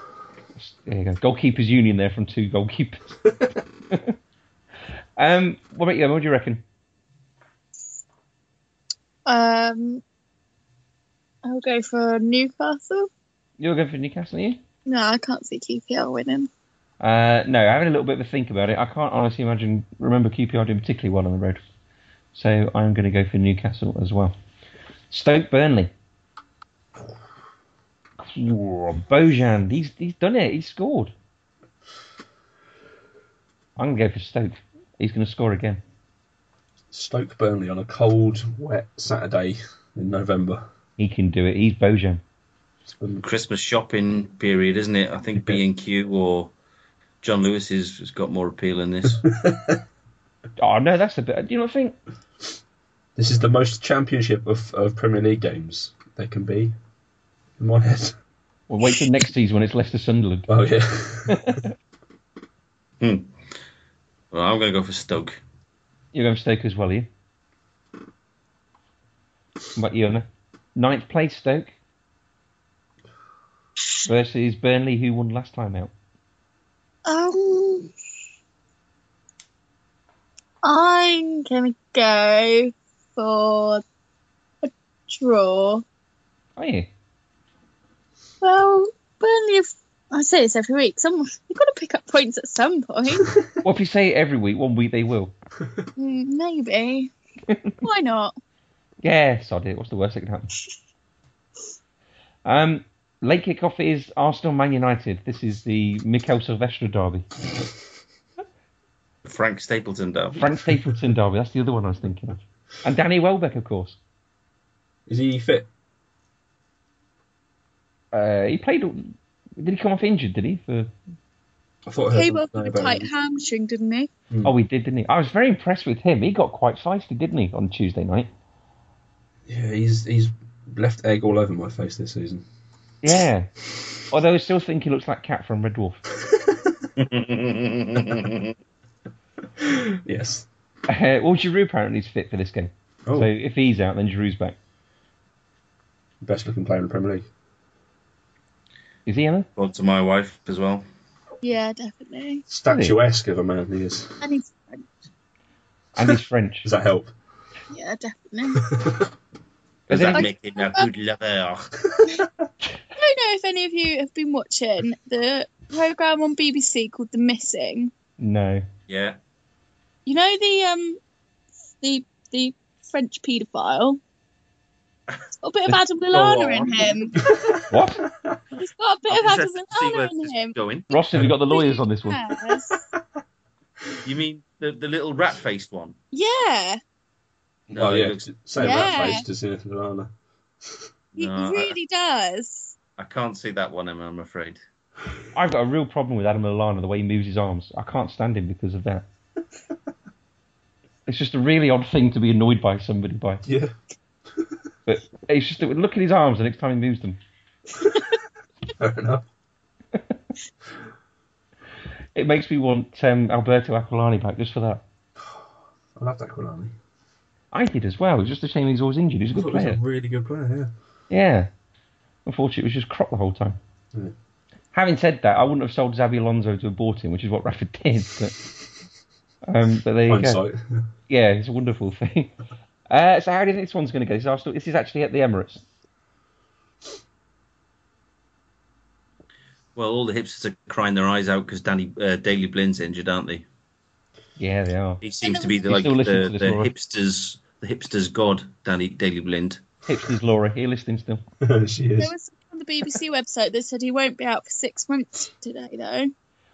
[SPEAKER 1] There you go. Goalkeepers union there from two goalkeepers. um, what about you? Emma? What do you reckon?
[SPEAKER 2] Um, I'll go for Newcastle.
[SPEAKER 1] You're going for Newcastle, are you?
[SPEAKER 2] No, I can't see QPR winning.
[SPEAKER 1] Uh, no, having a little bit of a think about it, I can't honestly imagine remember QPR doing particularly well on the road. So I'm going to go for Newcastle as well. Stoke Burnley. Oh, Bojan, he's he's done it. He's scored. I'm going to go for Stoke. He's going to score again.
[SPEAKER 4] Stoke Burnley on a cold, wet Saturday in November.
[SPEAKER 1] He can do it. He's Bojan.
[SPEAKER 4] It's been-
[SPEAKER 3] Christmas shopping period, isn't it? I think B and Q or John Lewis is, has got more appeal in this.
[SPEAKER 1] Oh no, that's the bit. Do you not think?
[SPEAKER 4] This is the most championship of, of Premier League games there can be, in my head.
[SPEAKER 1] Well, wait till next season when it's Leicester Sunderland.
[SPEAKER 4] Oh, yeah.
[SPEAKER 3] well, I'm going to go for Stoke.
[SPEAKER 1] You're going for Stoke as well, are you? What about you, Anna? Ninth place Stoke versus Burnley, who won last time out.
[SPEAKER 2] Um, I'm gonna go for a draw.
[SPEAKER 1] Are you?
[SPEAKER 2] Well, Burnley. Have, I say this every week. Someone you've got to pick up points at some point.
[SPEAKER 1] Well, if you say it every week, one week they will.
[SPEAKER 2] Mm, Maybe. Why not?
[SPEAKER 1] Yeah, sod it. What's the worst that can happen? Um, late kick-off is Arsenal Man United. This is the Mikel Silvestre derby.
[SPEAKER 3] Frank Stapleton derby.
[SPEAKER 1] Frank Stapleton derby. That's the other one I was thinking of. And Danny Welbeck, of course.
[SPEAKER 4] Is he fit?
[SPEAKER 1] Uh, he played. Did he come off injured? Did he? For
[SPEAKER 4] I thought I heard
[SPEAKER 2] Came off
[SPEAKER 4] something
[SPEAKER 2] with a
[SPEAKER 4] about
[SPEAKER 2] tight
[SPEAKER 4] him.
[SPEAKER 2] hamstring, didn't he?
[SPEAKER 1] Oh, he did, didn't he? I was very impressed with him. He got quite feisty, didn't he, on Tuesday night?
[SPEAKER 4] Yeah, he's, he's left egg all over my face this season.
[SPEAKER 1] Yeah. Although I still think he looks like Cat from Red Dwarf.
[SPEAKER 4] Yes.
[SPEAKER 1] Uh, well, Giroud apparently is fit for this game.
[SPEAKER 4] Oh,
[SPEAKER 1] So if he's out, then Giroud's back.
[SPEAKER 4] best looking player in the Premier League.
[SPEAKER 1] Is he, Emma?
[SPEAKER 3] Well, to my wife as well.
[SPEAKER 2] Yeah, definitely.
[SPEAKER 4] Statuesque of a man he is.
[SPEAKER 2] And he's French.
[SPEAKER 1] And he's French.
[SPEAKER 4] Does that help?
[SPEAKER 2] Yeah, definitely.
[SPEAKER 3] Does
[SPEAKER 1] Is it-
[SPEAKER 3] that make him a good lover?
[SPEAKER 2] I don't know if any of you have been watching the program on BBC called The Missing.
[SPEAKER 1] No.
[SPEAKER 3] Yeah.
[SPEAKER 2] You know the um the the French paedophile. It's got a bit of Adam Lallana in him.
[SPEAKER 1] What?
[SPEAKER 2] He's got a bit of Adam Lallana in him.
[SPEAKER 3] going.
[SPEAKER 1] Ross, have you got the lawyers on this one?
[SPEAKER 2] Yes.
[SPEAKER 3] You mean the, the little rat faced one?
[SPEAKER 2] Yeah.
[SPEAKER 3] No,
[SPEAKER 4] oh,
[SPEAKER 3] it
[SPEAKER 4] yeah.
[SPEAKER 3] looks-
[SPEAKER 4] Same
[SPEAKER 2] Yeah.
[SPEAKER 4] yeah. face to Zinedine Zidane.
[SPEAKER 2] He
[SPEAKER 3] No, I-
[SPEAKER 2] really does.
[SPEAKER 3] I can't see that one, Emma, I'm afraid.
[SPEAKER 1] I've got a real problem with Adam Lallana the way he moves his arms. I can't stand him because of that. it's just a really odd thing to be annoyed by somebody by.
[SPEAKER 4] Yeah.
[SPEAKER 1] But it's just that- look at his arms the next time he moves them.
[SPEAKER 4] Fair enough.
[SPEAKER 1] It makes me want um, Alberto Aquilani back just for that.
[SPEAKER 4] I love that Kulani.
[SPEAKER 1] I did as well. It's just a shame he's always injured. He's a
[SPEAKER 4] I
[SPEAKER 1] good
[SPEAKER 4] thought he was
[SPEAKER 1] player.
[SPEAKER 4] a really good player,
[SPEAKER 1] Yeah. Unfortunately, it was just crop the whole time.
[SPEAKER 4] Yeah.
[SPEAKER 1] Having said that, I wouldn't have sold Xabi Alonso to have bought him, which is what Rafa did. But, um, but there
[SPEAKER 4] yeah.
[SPEAKER 1] you go.
[SPEAKER 4] Hindsight.
[SPEAKER 1] Yeah, it's a wonderful thing. Uh, so how do you think this one's going to go? This is, Arsenal, this is actually at the Emirates.
[SPEAKER 3] Well, all the hipsters are crying their eyes out because Danny uh, Daily Blin's injured, aren't they?
[SPEAKER 1] Yeah, they are.
[SPEAKER 3] He seems to be the,
[SPEAKER 1] You
[SPEAKER 3] like the,
[SPEAKER 1] still listen to
[SPEAKER 3] the
[SPEAKER 1] this, Laura?
[SPEAKER 3] hipsters, the hipsters god, Danny Daily Blind.
[SPEAKER 1] Hipsters Laura, are you listening still?
[SPEAKER 4] she
[SPEAKER 2] There
[SPEAKER 4] is.
[SPEAKER 2] was something on the BBC website that said he won't be out for six months today, though.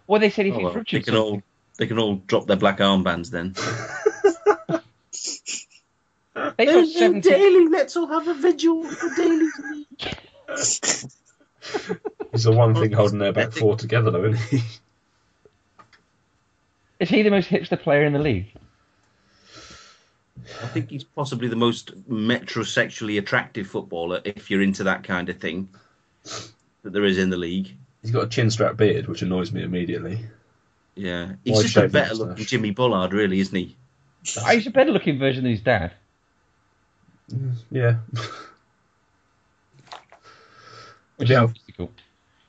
[SPEAKER 1] Well, they said if
[SPEAKER 3] Oh,
[SPEAKER 1] it's
[SPEAKER 3] well, they
[SPEAKER 1] Richardson.
[SPEAKER 3] can all they can all drop their black armbands then.
[SPEAKER 1] They've got 17.
[SPEAKER 3] let's all have a vigil for Daily.
[SPEAKER 4] He's the one thing holding their back four together, though, isn't he?
[SPEAKER 1] Is he the most hipster player in the league?
[SPEAKER 3] I think he's possibly the most metrosexually attractive footballer, if you're into that kind of thing, that there is in the league.
[SPEAKER 4] He's got a chin strap beard, which annoys me immediately.
[SPEAKER 3] Yeah, he's
[SPEAKER 4] Wide
[SPEAKER 3] just a
[SPEAKER 4] shaved
[SPEAKER 3] better looking
[SPEAKER 4] moustache.
[SPEAKER 3] Jimmy Bullard, really, isn't he?
[SPEAKER 1] Oh, He's a better looking version than his dad.
[SPEAKER 4] Yeah.
[SPEAKER 1] Which
[SPEAKER 4] Yeah.
[SPEAKER 1] is difficult.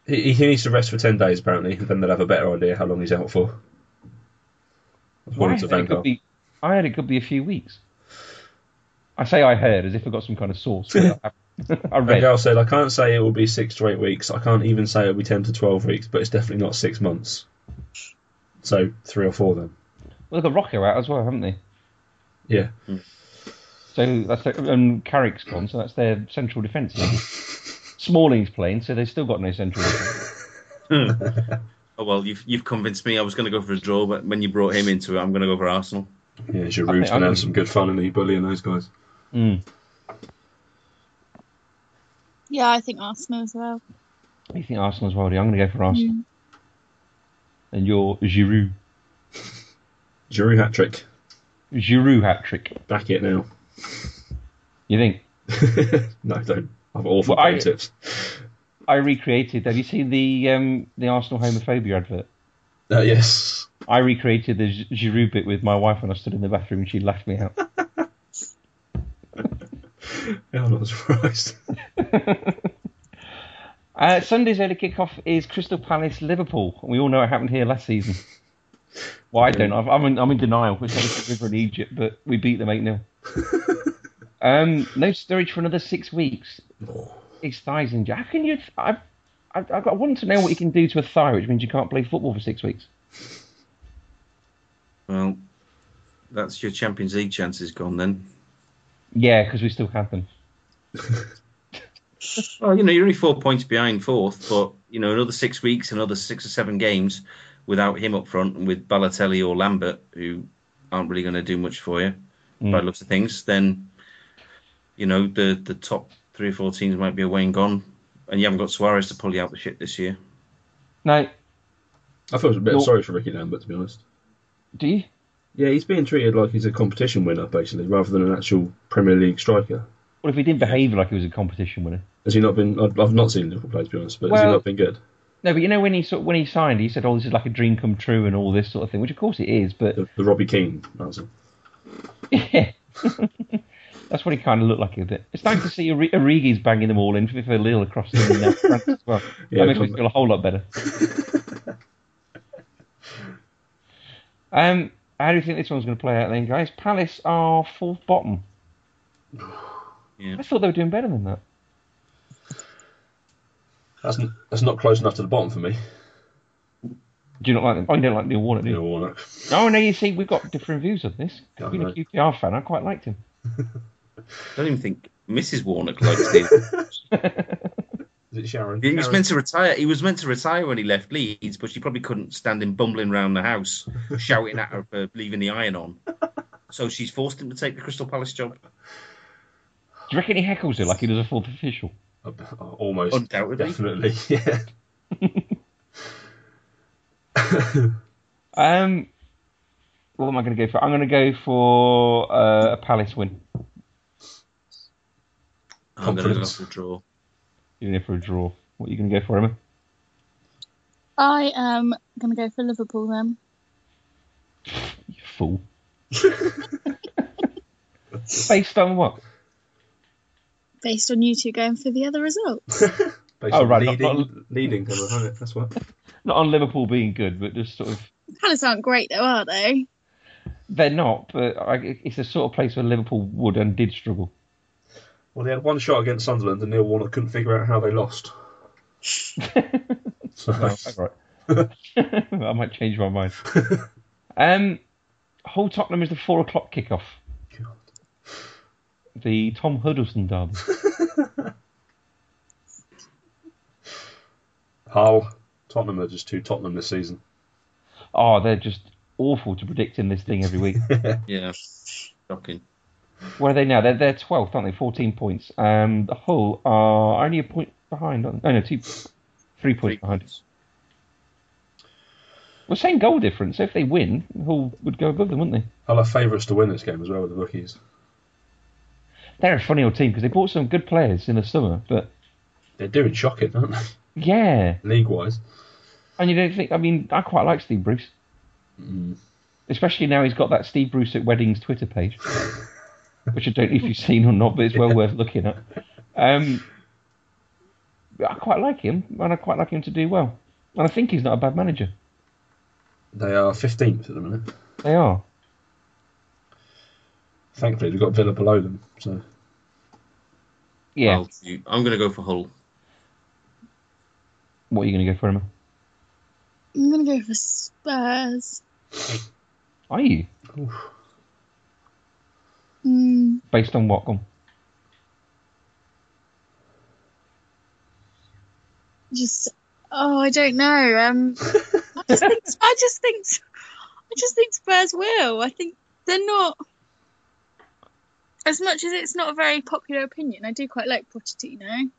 [SPEAKER 4] He, he needs to rest for 10 days, apparently, and then they'll have a better idea how long he's out for.
[SPEAKER 1] I
[SPEAKER 4] According to
[SPEAKER 1] heard, it could
[SPEAKER 4] Vanguard.
[SPEAKER 1] be, I heard it could be a few weeks. I say I heard as if I got some kind of source. I, I read.
[SPEAKER 4] Vanguard said, I can't say it will be six to eight weeks. I can't even say it'll be 10 to 12 weeks, but it's definitely not six months. So, three or four then.
[SPEAKER 1] Well, they've got Rocco out as well, haven't they?
[SPEAKER 4] Yeah.
[SPEAKER 1] So that's their, and Carrick's gone, so that's their central defence. maybe. Smalling's playing, so they've still got no central. defence.
[SPEAKER 3] Oh well, you've you've convinced me. I was going to go for a draw, but when you brought him into it, I'm going to go for Arsenal.
[SPEAKER 4] Yeah,
[SPEAKER 1] I
[SPEAKER 4] Giroud's
[SPEAKER 1] think
[SPEAKER 4] going to
[SPEAKER 1] I'm-
[SPEAKER 4] have some good fun, and he bullying those guys.
[SPEAKER 1] Mm.
[SPEAKER 2] Yeah, I think Arsenal as well.
[SPEAKER 1] You think Arsenal as well? do you? I'm going to go for Arsenal. And you're Giroud.
[SPEAKER 4] Giroud hat trick.
[SPEAKER 1] Giroud hat trick.
[SPEAKER 4] Back it now.
[SPEAKER 1] You think?
[SPEAKER 4] no, don't. I've awful
[SPEAKER 1] Well, I-
[SPEAKER 4] player tips.
[SPEAKER 1] I recreated. Have you seen the um, the Arsenal homophobia advert?
[SPEAKER 4] Uh, yes.
[SPEAKER 1] I recreated the Gi- Giroud bit with my wife when I stood in the bathroom and she laughed me out.
[SPEAKER 4] Yeah, I'm not surprised.
[SPEAKER 1] Uh, Sunday's early kickoff is Crystal Palace Liverpool. We all know what happened here last season. Well, I don't. I've, I'm in, I'm in denial. We're over in Egypt, but we beat them eight 0 Um, no storage for another six weeks. His thighs injured. How can you? I, I, I got- I want to know what you can do to a thigh, which means you can't play football for six weeks.
[SPEAKER 3] Well, that's your Champions League chances gone then.
[SPEAKER 1] Yeah, because we still had them.
[SPEAKER 3] Well, you know, you're only four points behind fourth, but you know, another six weeks, another six or seven games without him up front, and with Balotelli or Lambert, who aren't really going to do much for you by the looks of things, then you know the the top three or four teams might be away and gone, and you haven't got Suarez to pull you out the shit this year.
[SPEAKER 1] Now,
[SPEAKER 4] I feel a bit
[SPEAKER 1] You're-
[SPEAKER 4] sorry for Ricky Lambert, to be honest.
[SPEAKER 1] do you?
[SPEAKER 4] Yeah, he's being treated like he's a competition winner, basically, rather than an actual Premier League striker.
[SPEAKER 1] Well, if he didn't behave like he was a competition winner.
[SPEAKER 4] Has he not been? I've, I've not seen Liverpool play, to be honest, but has he
[SPEAKER 1] Well-
[SPEAKER 4] not been good?
[SPEAKER 1] No, but you know when he sort when he signed, he said, "Oh, this is like a dream come true" and all this sort of thing, which of course it is. But
[SPEAKER 4] The, the Robbie Keane answer.
[SPEAKER 1] Yeah. That's what he kind of looked like a bit. It's nice to see Ori- Origi's banging them all in for for Lille across the uh, front as well. that
[SPEAKER 4] Yeah,
[SPEAKER 1] makes me
[SPEAKER 4] come-
[SPEAKER 1] feel a whole lot better. um, how do you think this one's going to play out then, guys? Palace are fourth bottom.
[SPEAKER 3] Yeah.
[SPEAKER 1] I thought they were doing better than that.
[SPEAKER 4] That's, n- that's not close enough to the bottom for me.
[SPEAKER 1] Do you not like them? Oh, you don't like Neil Warnock, do
[SPEAKER 4] You
[SPEAKER 1] you? Oh,
[SPEAKER 4] know, Warnock.
[SPEAKER 1] No, no, you see, we've got different views on this.
[SPEAKER 4] Oh,
[SPEAKER 1] Being a
[SPEAKER 4] right.
[SPEAKER 1] QPR fan, I quite liked him.
[SPEAKER 3] I don't even think Mrs. Warnock likes him.
[SPEAKER 4] Is it Sharon?
[SPEAKER 3] He was
[SPEAKER 4] Sharon?
[SPEAKER 3] meant to retire. He was meant to retire when he left Leeds, but she probably couldn't stand him bumbling round the house, shouting at her for leaving the iron on. So she's forced him to take the Crystal Palace job.
[SPEAKER 1] Do you reckon he heckles her like he does a fourth official?
[SPEAKER 4] Uh, Almost.
[SPEAKER 3] Undoubtedly.
[SPEAKER 4] Definitely, yeah.
[SPEAKER 1] Um, what am I going to go for? I'm going to go for uh, a Palace win,
[SPEAKER 3] I'm going to go
[SPEAKER 4] Confidence.
[SPEAKER 3] for a draw.
[SPEAKER 1] even if for a draw. What are you going to go for, Emma?
[SPEAKER 2] I am going to go for Liverpool then.
[SPEAKER 1] You fool. Based on what?
[SPEAKER 2] Based on you two going for the other result.
[SPEAKER 4] Based
[SPEAKER 1] Oh,
[SPEAKER 4] on
[SPEAKER 1] right, not-
[SPEAKER 4] Leading,
[SPEAKER 1] not-
[SPEAKER 4] leading kind of, isn't it? That's what.
[SPEAKER 1] Not on Liverpool being good, but just sort of
[SPEAKER 2] Palace aren't great though, are they?
[SPEAKER 1] they're not. But I, it's the sort of place where Liverpool would and did struggle.
[SPEAKER 4] Well, they had one shot against Sunderland and Neil Warnock couldn't figure out how they lost. So,
[SPEAKER 1] All right. I might change my mind. Um, Hull Tottenham is the four o'clock kickoff.
[SPEAKER 4] God.
[SPEAKER 1] The Tom Huddleston derby.
[SPEAKER 4] Hull, Tottenham are just too Tottenham this season.
[SPEAKER 1] Oh, they're just awful to predict in this thing every week.
[SPEAKER 3] Yeah. Shocking.
[SPEAKER 1] Where are they now? They're they're twelfth, aren't they? Fourteen points. Um, the Hull are only a point behind. aren't they? Oh no, two, three points behind. Well, same goal difference. So if they win, Hull would go above them, wouldn't they?
[SPEAKER 4] Hull are favourites to win this game as well with the bookies.
[SPEAKER 1] They're a funny old team because they bought some good players in the summer, but
[SPEAKER 4] They're doing shocking, aren't they?
[SPEAKER 1] yeah.
[SPEAKER 4] League wise.
[SPEAKER 1] And you don't think? I mean, I quite like Steve Bruce, especially now he's got that Steve Bruce at weddings Twitter page, which I don't know if you've seen or not, but it's well worth looking at. Um, but I quite like him, and I quite like him to do well. And I think he's not a bad manager.
[SPEAKER 4] They are 15th at the minute.
[SPEAKER 1] They are.
[SPEAKER 4] Thankfully, they've got Villa below them. So
[SPEAKER 1] Yeah.
[SPEAKER 3] I'll do- I'm going to go for Hull.
[SPEAKER 1] what are you going to go for, Emma?
[SPEAKER 2] I'm going to go for Spurs.
[SPEAKER 1] Are you
[SPEAKER 2] Mm,
[SPEAKER 1] based on what? Go on.
[SPEAKER 2] just oh, I don't know. Um, I just think I just think I just think Spurs will. I think they're not. As much as it's not a very popular opinion, I do quite like Pochettino,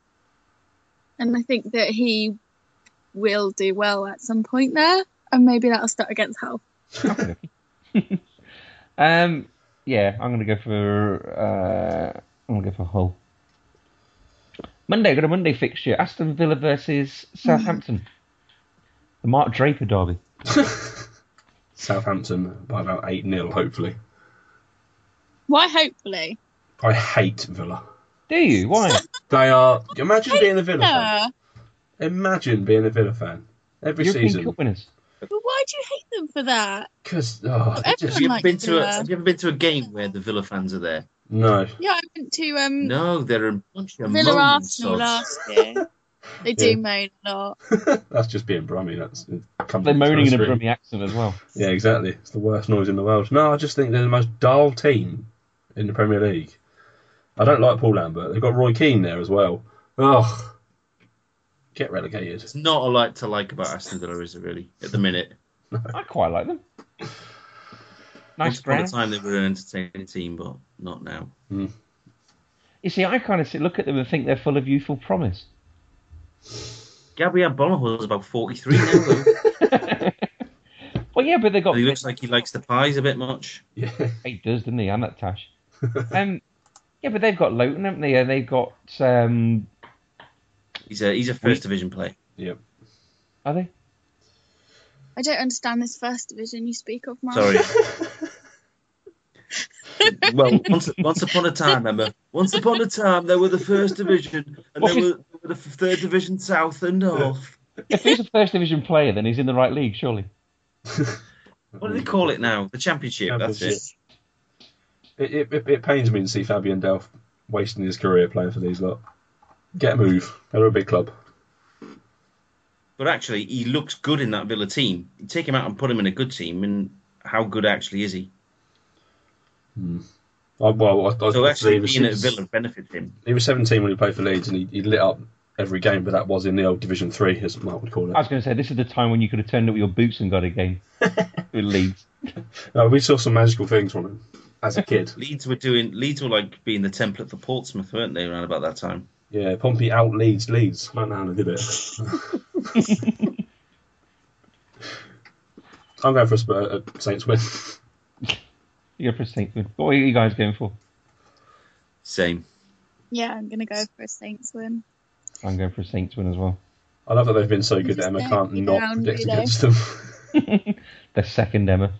[SPEAKER 2] and I think that he will do well at some point there, and maybe that'll start against Hull.
[SPEAKER 1] Um, yeah, I'm going to go for. Uh, I'm going to go for Hull. Monday, I've got a Monday fixture: Aston Villa versus Southampton. The Mark Draper derby.
[SPEAKER 4] Southampton by about 8 0, hopefully.
[SPEAKER 2] Why? Hopefully,
[SPEAKER 4] I hate Villa.
[SPEAKER 1] Do you? Why?
[SPEAKER 4] They are. Imagine being a Villa fan.
[SPEAKER 2] no.
[SPEAKER 4] Imagine being a Villa fan. Every
[SPEAKER 1] European
[SPEAKER 4] season.
[SPEAKER 1] Cup winners.
[SPEAKER 2] But why do you hate them for that?
[SPEAKER 4] Because. Oh, they
[SPEAKER 3] Have
[SPEAKER 4] just,
[SPEAKER 3] you,
[SPEAKER 2] Everyone
[SPEAKER 3] ever been
[SPEAKER 2] likes
[SPEAKER 3] to a,
[SPEAKER 2] Villa.
[SPEAKER 3] have you ever been to a game where the Villa fans are there?
[SPEAKER 4] no.
[SPEAKER 2] Yeah, I went to um,
[SPEAKER 3] No, they're a bunch of
[SPEAKER 2] Villa
[SPEAKER 3] moaning
[SPEAKER 2] Arsenal
[SPEAKER 3] sods.
[SPEAKER 2] last year. They do
[SPEAKER 4] Yeah.
[SPEAKER 2] moan a lot.
[SPEAKER 4] That's just being Brummy. That's
[SPEAKER 1] They're moaning in a Brummie accent as well.
[SPEAKER 4] Yeah, exactly. It's the worst noise in the world. No, I just think they're the most dull team in the Premier League. I don't like Paul Lambert. They've got Roy Keane there as well. Oh, get relegated.
[SPEAKER 3] It's not a lot to like about Aston Villa, is it really? At the minute,
[SPEAKER 1] I quite like them. Nice
[SPEAKER 3] once upon a
[SPEAKER 1] ground.
[SPEAKER 3] time they were an entertaining team, but not now.
[SPEAKER 1] You see, I kind of look at them and think they're full of youthful promise.
[SPEAKER 3] Gabriel Bonnehull's about 43 now, though.
[SPEAKER 1] Well, yeah, but they got
[SPEAKER 3] and he looks like he likes the pies a bit much.
[SPEAKER 4] Yeah,
[SPEAKER 1] He does, doesn't he? And that Tash. um, yeah, but they've got Loughton, haven't they? And they've got. Um,
[SPEAKER 3] He's a he's a first division player.
[SPEAKER 4] yep.
[SPEAKER 1] are they?
[SPEAKER 2] I don't understand this first division you speak of, Mark.
[SPEAKER 3] Sorry. well, once, once upon a time, Emma. Once upon a time, they were the first division, and they
[SPEAKER 1] What is-
[SPEAKER 3] were, they were the third division south and north.
[SPEAKER 1] If he's a first division player, then he's in the right league, surely.
[SPEAKER 3] What do they call it now? The championship. That's
[SPEAKER 4] Championship. It, it, it, it pains me to see Fabian Delph wasting his career playing for these lot. Get a move. They're a big club.
[SPEAKER 3] it. But actually, he looks good in that Villa team. You take him out and put him in a good team, and how good actually is he?
[SPEAKER 4] I, well, I, I
[SPEAKER 3] So actually,
[SPEAKER 4] believe
[SPEAKER 3] being at
[SPEAKER 4] it's-
[SPEAKER 3] Villa benefits him.
[SPEAKER 4] He was 17 when he played for Leeds, and he, he lit up every game. But that was in the old Division Three, as Mark would call
[SPEAKER 1] I
[SPEAKER 4] it.
[SPEAKER 1] was going to say, this is the time when you could have turned up with your boots and got a game with Leeds.
[SPEAKER 4] Uh, we saw some magical things from him. as a kid.
[SPEAKER 3] Leeds were doing Leeds were like being the template for Portsmouth, weren't they? Around about that time.
[SPEAKER 4] Yeah, Pompey out leads Leeds. I don't know how they did it. I'm going for a, Spur, a Saints win.
[SPEAKER 1] You're for Saints. What are you guys going for?
[SPEAKER 3] Same.
[SPEAKER 2] Yeah, I'm gonna go for a Saints win.
[SPEAKER 1] I'm going for a Saints win as well.
[SPEAKER 4] I love that they've been so good that
[SPEAKER 2] Just
[SPEAKER 4] Emma
[SPEAKER 2] don't
[SPEAKER 4] can't
[SPEAKER 2] be
[SPEAKER 4] not
[SPEAKER 2] around,
[SPEAKER 4] predict
[SPEAKER 2] you know.
[SPEAKER 4] against them.
[SPEAKER 1] The second Emma.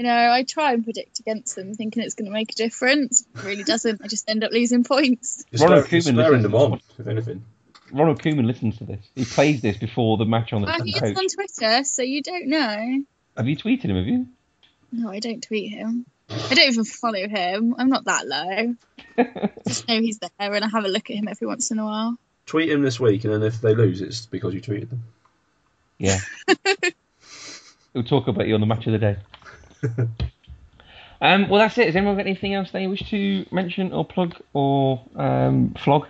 [SPEAKER 2] You know, I try and predict against them, thinking it's gonna make a difference. It really doesn't. I just end up losing points.
[SPEAKER 4] You're
[SPEAKER 1] Ronald
[SPEAKER 4] spurring, you're
[SPEAKER 1] Koeman
[SPEAKER 4] spurring
[SPEAKER 1] listens
[SPEAKER 4] them
[SPEAKER 1] to
[SPEAKER 4] on,
[SPEAKER 1] this
[SPEAKER 4] if anything.
[SPEAKER 1] Ronald Koeman listens to this. He plays this before the match on the
[SPEAKER 2] Well, he's
[SPEAKER 1] coach.
[SPEAKER 2] on Twitter, so you don't know.
[SPEAKER 1] Have you tweeted him? Have you?
[SPEAKER 2] No, I don't tweet him. I don't even follow him. I'm not that low. just know he's there, and I have a look at him every once in a while.
[SPEAKER 4] Tweet him this week, and then if they lose, it's because you tweeted them.
[SPEAKER 1] Yeah. we'll talk about you on the match of the day. um, well, that's it. Has anyone got anything else they wish to mention or plug or um, flog?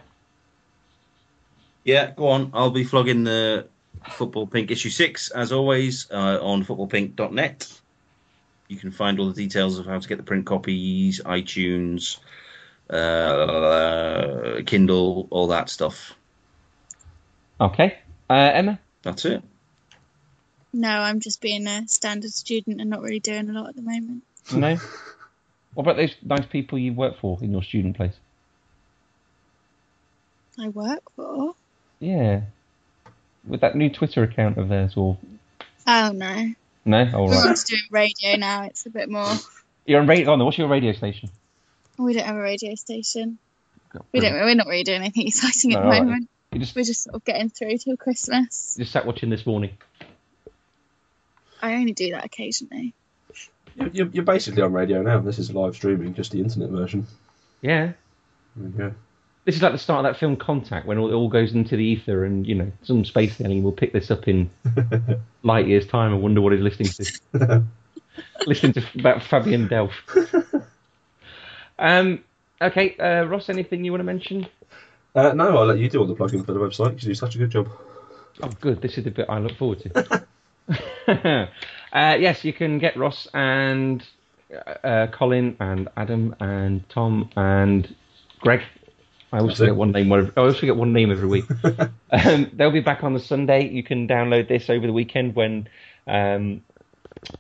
[SPEAKER 3] Yeah, go on. I'll be flogging the Football Pink issue six as always uh, on footballpink.net. You can find all the details of how to get the print copies, iTunes, uh, Kindle, all that stuff.
[SPEAKER 1] Okay. Uh, Emma?
[SPEAKER 3] That's it.
[SPEAKER 2] No, I'm just being a standard student and not really doing a lot at the moment.
[SPEAKER 1] No? what about those nice people you work for in your student place?
[SPEAKER 2] I work for.
[SPEAKER 1] Yeah. With that new Twitter account of theirs or.
[SPEAKER 2] I don't know.
[SPEAKER 1] No? All right.
[SPEAKER 2] Everyone's doing radio now. It's a bit more.
[SPEAKER 1] You're on radio. Oh, no, what's your radio station?
[SPEAKER 2] We don't have a radio station. We don't. We're not really doing anything exciting at
[SPEAKER 1] No,
[SPEAKER 2] the
[SPEAKER 1] all right.
[SPEAKER 2] moment.
[SPEAKER 1] You just,
[SPEAKER 2] We're just sort of getting through till Christmas.
[SPEAKER 1] just sat watching this morning.
[SPEAKER 2] I only do that occasionally.
[SPEAKER 4] You're, you're, you're basically on radio now. This is live streaming, just the internet version.
[SPEAKER 1] Yeah.
[SPEAKER 4] There you go.
[SPEAKER 1] This is like the start of that film Contact, when all- it all goes into the ether, and you know some space alien will pick this up in light years' time and wonder what he's listening to. listening to f- about Fabian Delph. um. Okay, uh, Ross. Anything you want to mention?
[SPEAKER 4] Uh, no, I'll let you do all the plugging for the website because you do such a good job.
[SPEAKER 1] Oh, good. This is the bit I look forward to. uh, yes, you can get Ross and uh, Colin and Adam and Tom and Greg. I always
[SPEAKER 4] That's it.
[SPEAKER 1] forget one name. I always forget one name every week. um, they'll be back on the Sunday. You can download this over the weekend when um,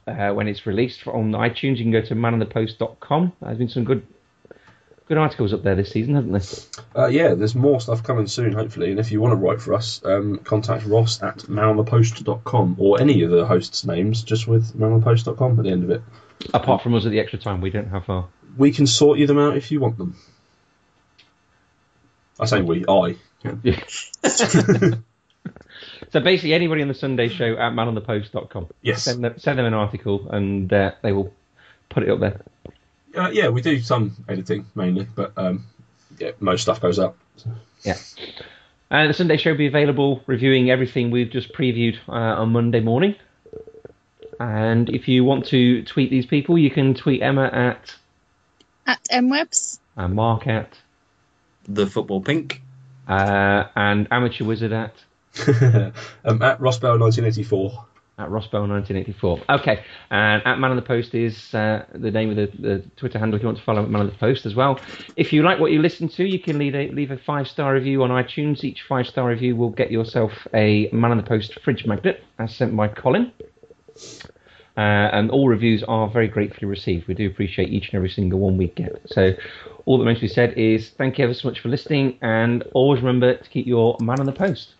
[SPEAKER 1] uh, when it's released on iTunes. You can go to manonthepost.com. There's been some good good articles up there this season, hasn't there?
[SPEAKER 4] Uh, yeah, there's more stuff coming soon, hopefully. And if you want to write for us, um, contact Ross at malmapost.com or any of the hosts' names, just with malmapost.com at the end of it.
[SPEAKER 1] Apart from us at the extra time, we don't have our.
[SPEAKER 4] We can sort you them out if you want them. I say we, I.
[SPEAKER 1] So basically, anybody on the Sunday show at manonthepost.com.
[SPEAKER 4] Yes.
[SPEAKER 1] Send them, send them an article and uh, they will put it up there.
[SPEAKER 4] Uh, yeah, we do some editing mainly, but um, yeah, most stuff goes up.
[SPEAKER 1] Yeah. And the Sunday show will be available reviewing everything we've just previewed uh, on Monday morning. And if you want to tweet these people, you can tweet Emma at
[SPEAKER 2] At MWebs,
[SPEAKER 1] uh, Mark at
[SPEAKER 3] The Football Pink.
[SPEAKER 1] uh, and Amateur Wizard at
[SPEAKER 4] um, at Rossbell1984.
[SPEAKER 1] at Rossbell1984. Okay, and at Man of the Post is uh, the name of the, the Twitter handle if you want to follow Man of the Post as well. If you like what you listen to, you can leave a, leave a five star review on iTunes. Each five star review will get yourself a Man of the Post fridge magnet, as sent by Colin. Uh, and all reviews are very gratefully received. We do appreciate each and every single one we get. So, all that remains to be said is thank you ever so much for listening, and always remember to keep your man on the post.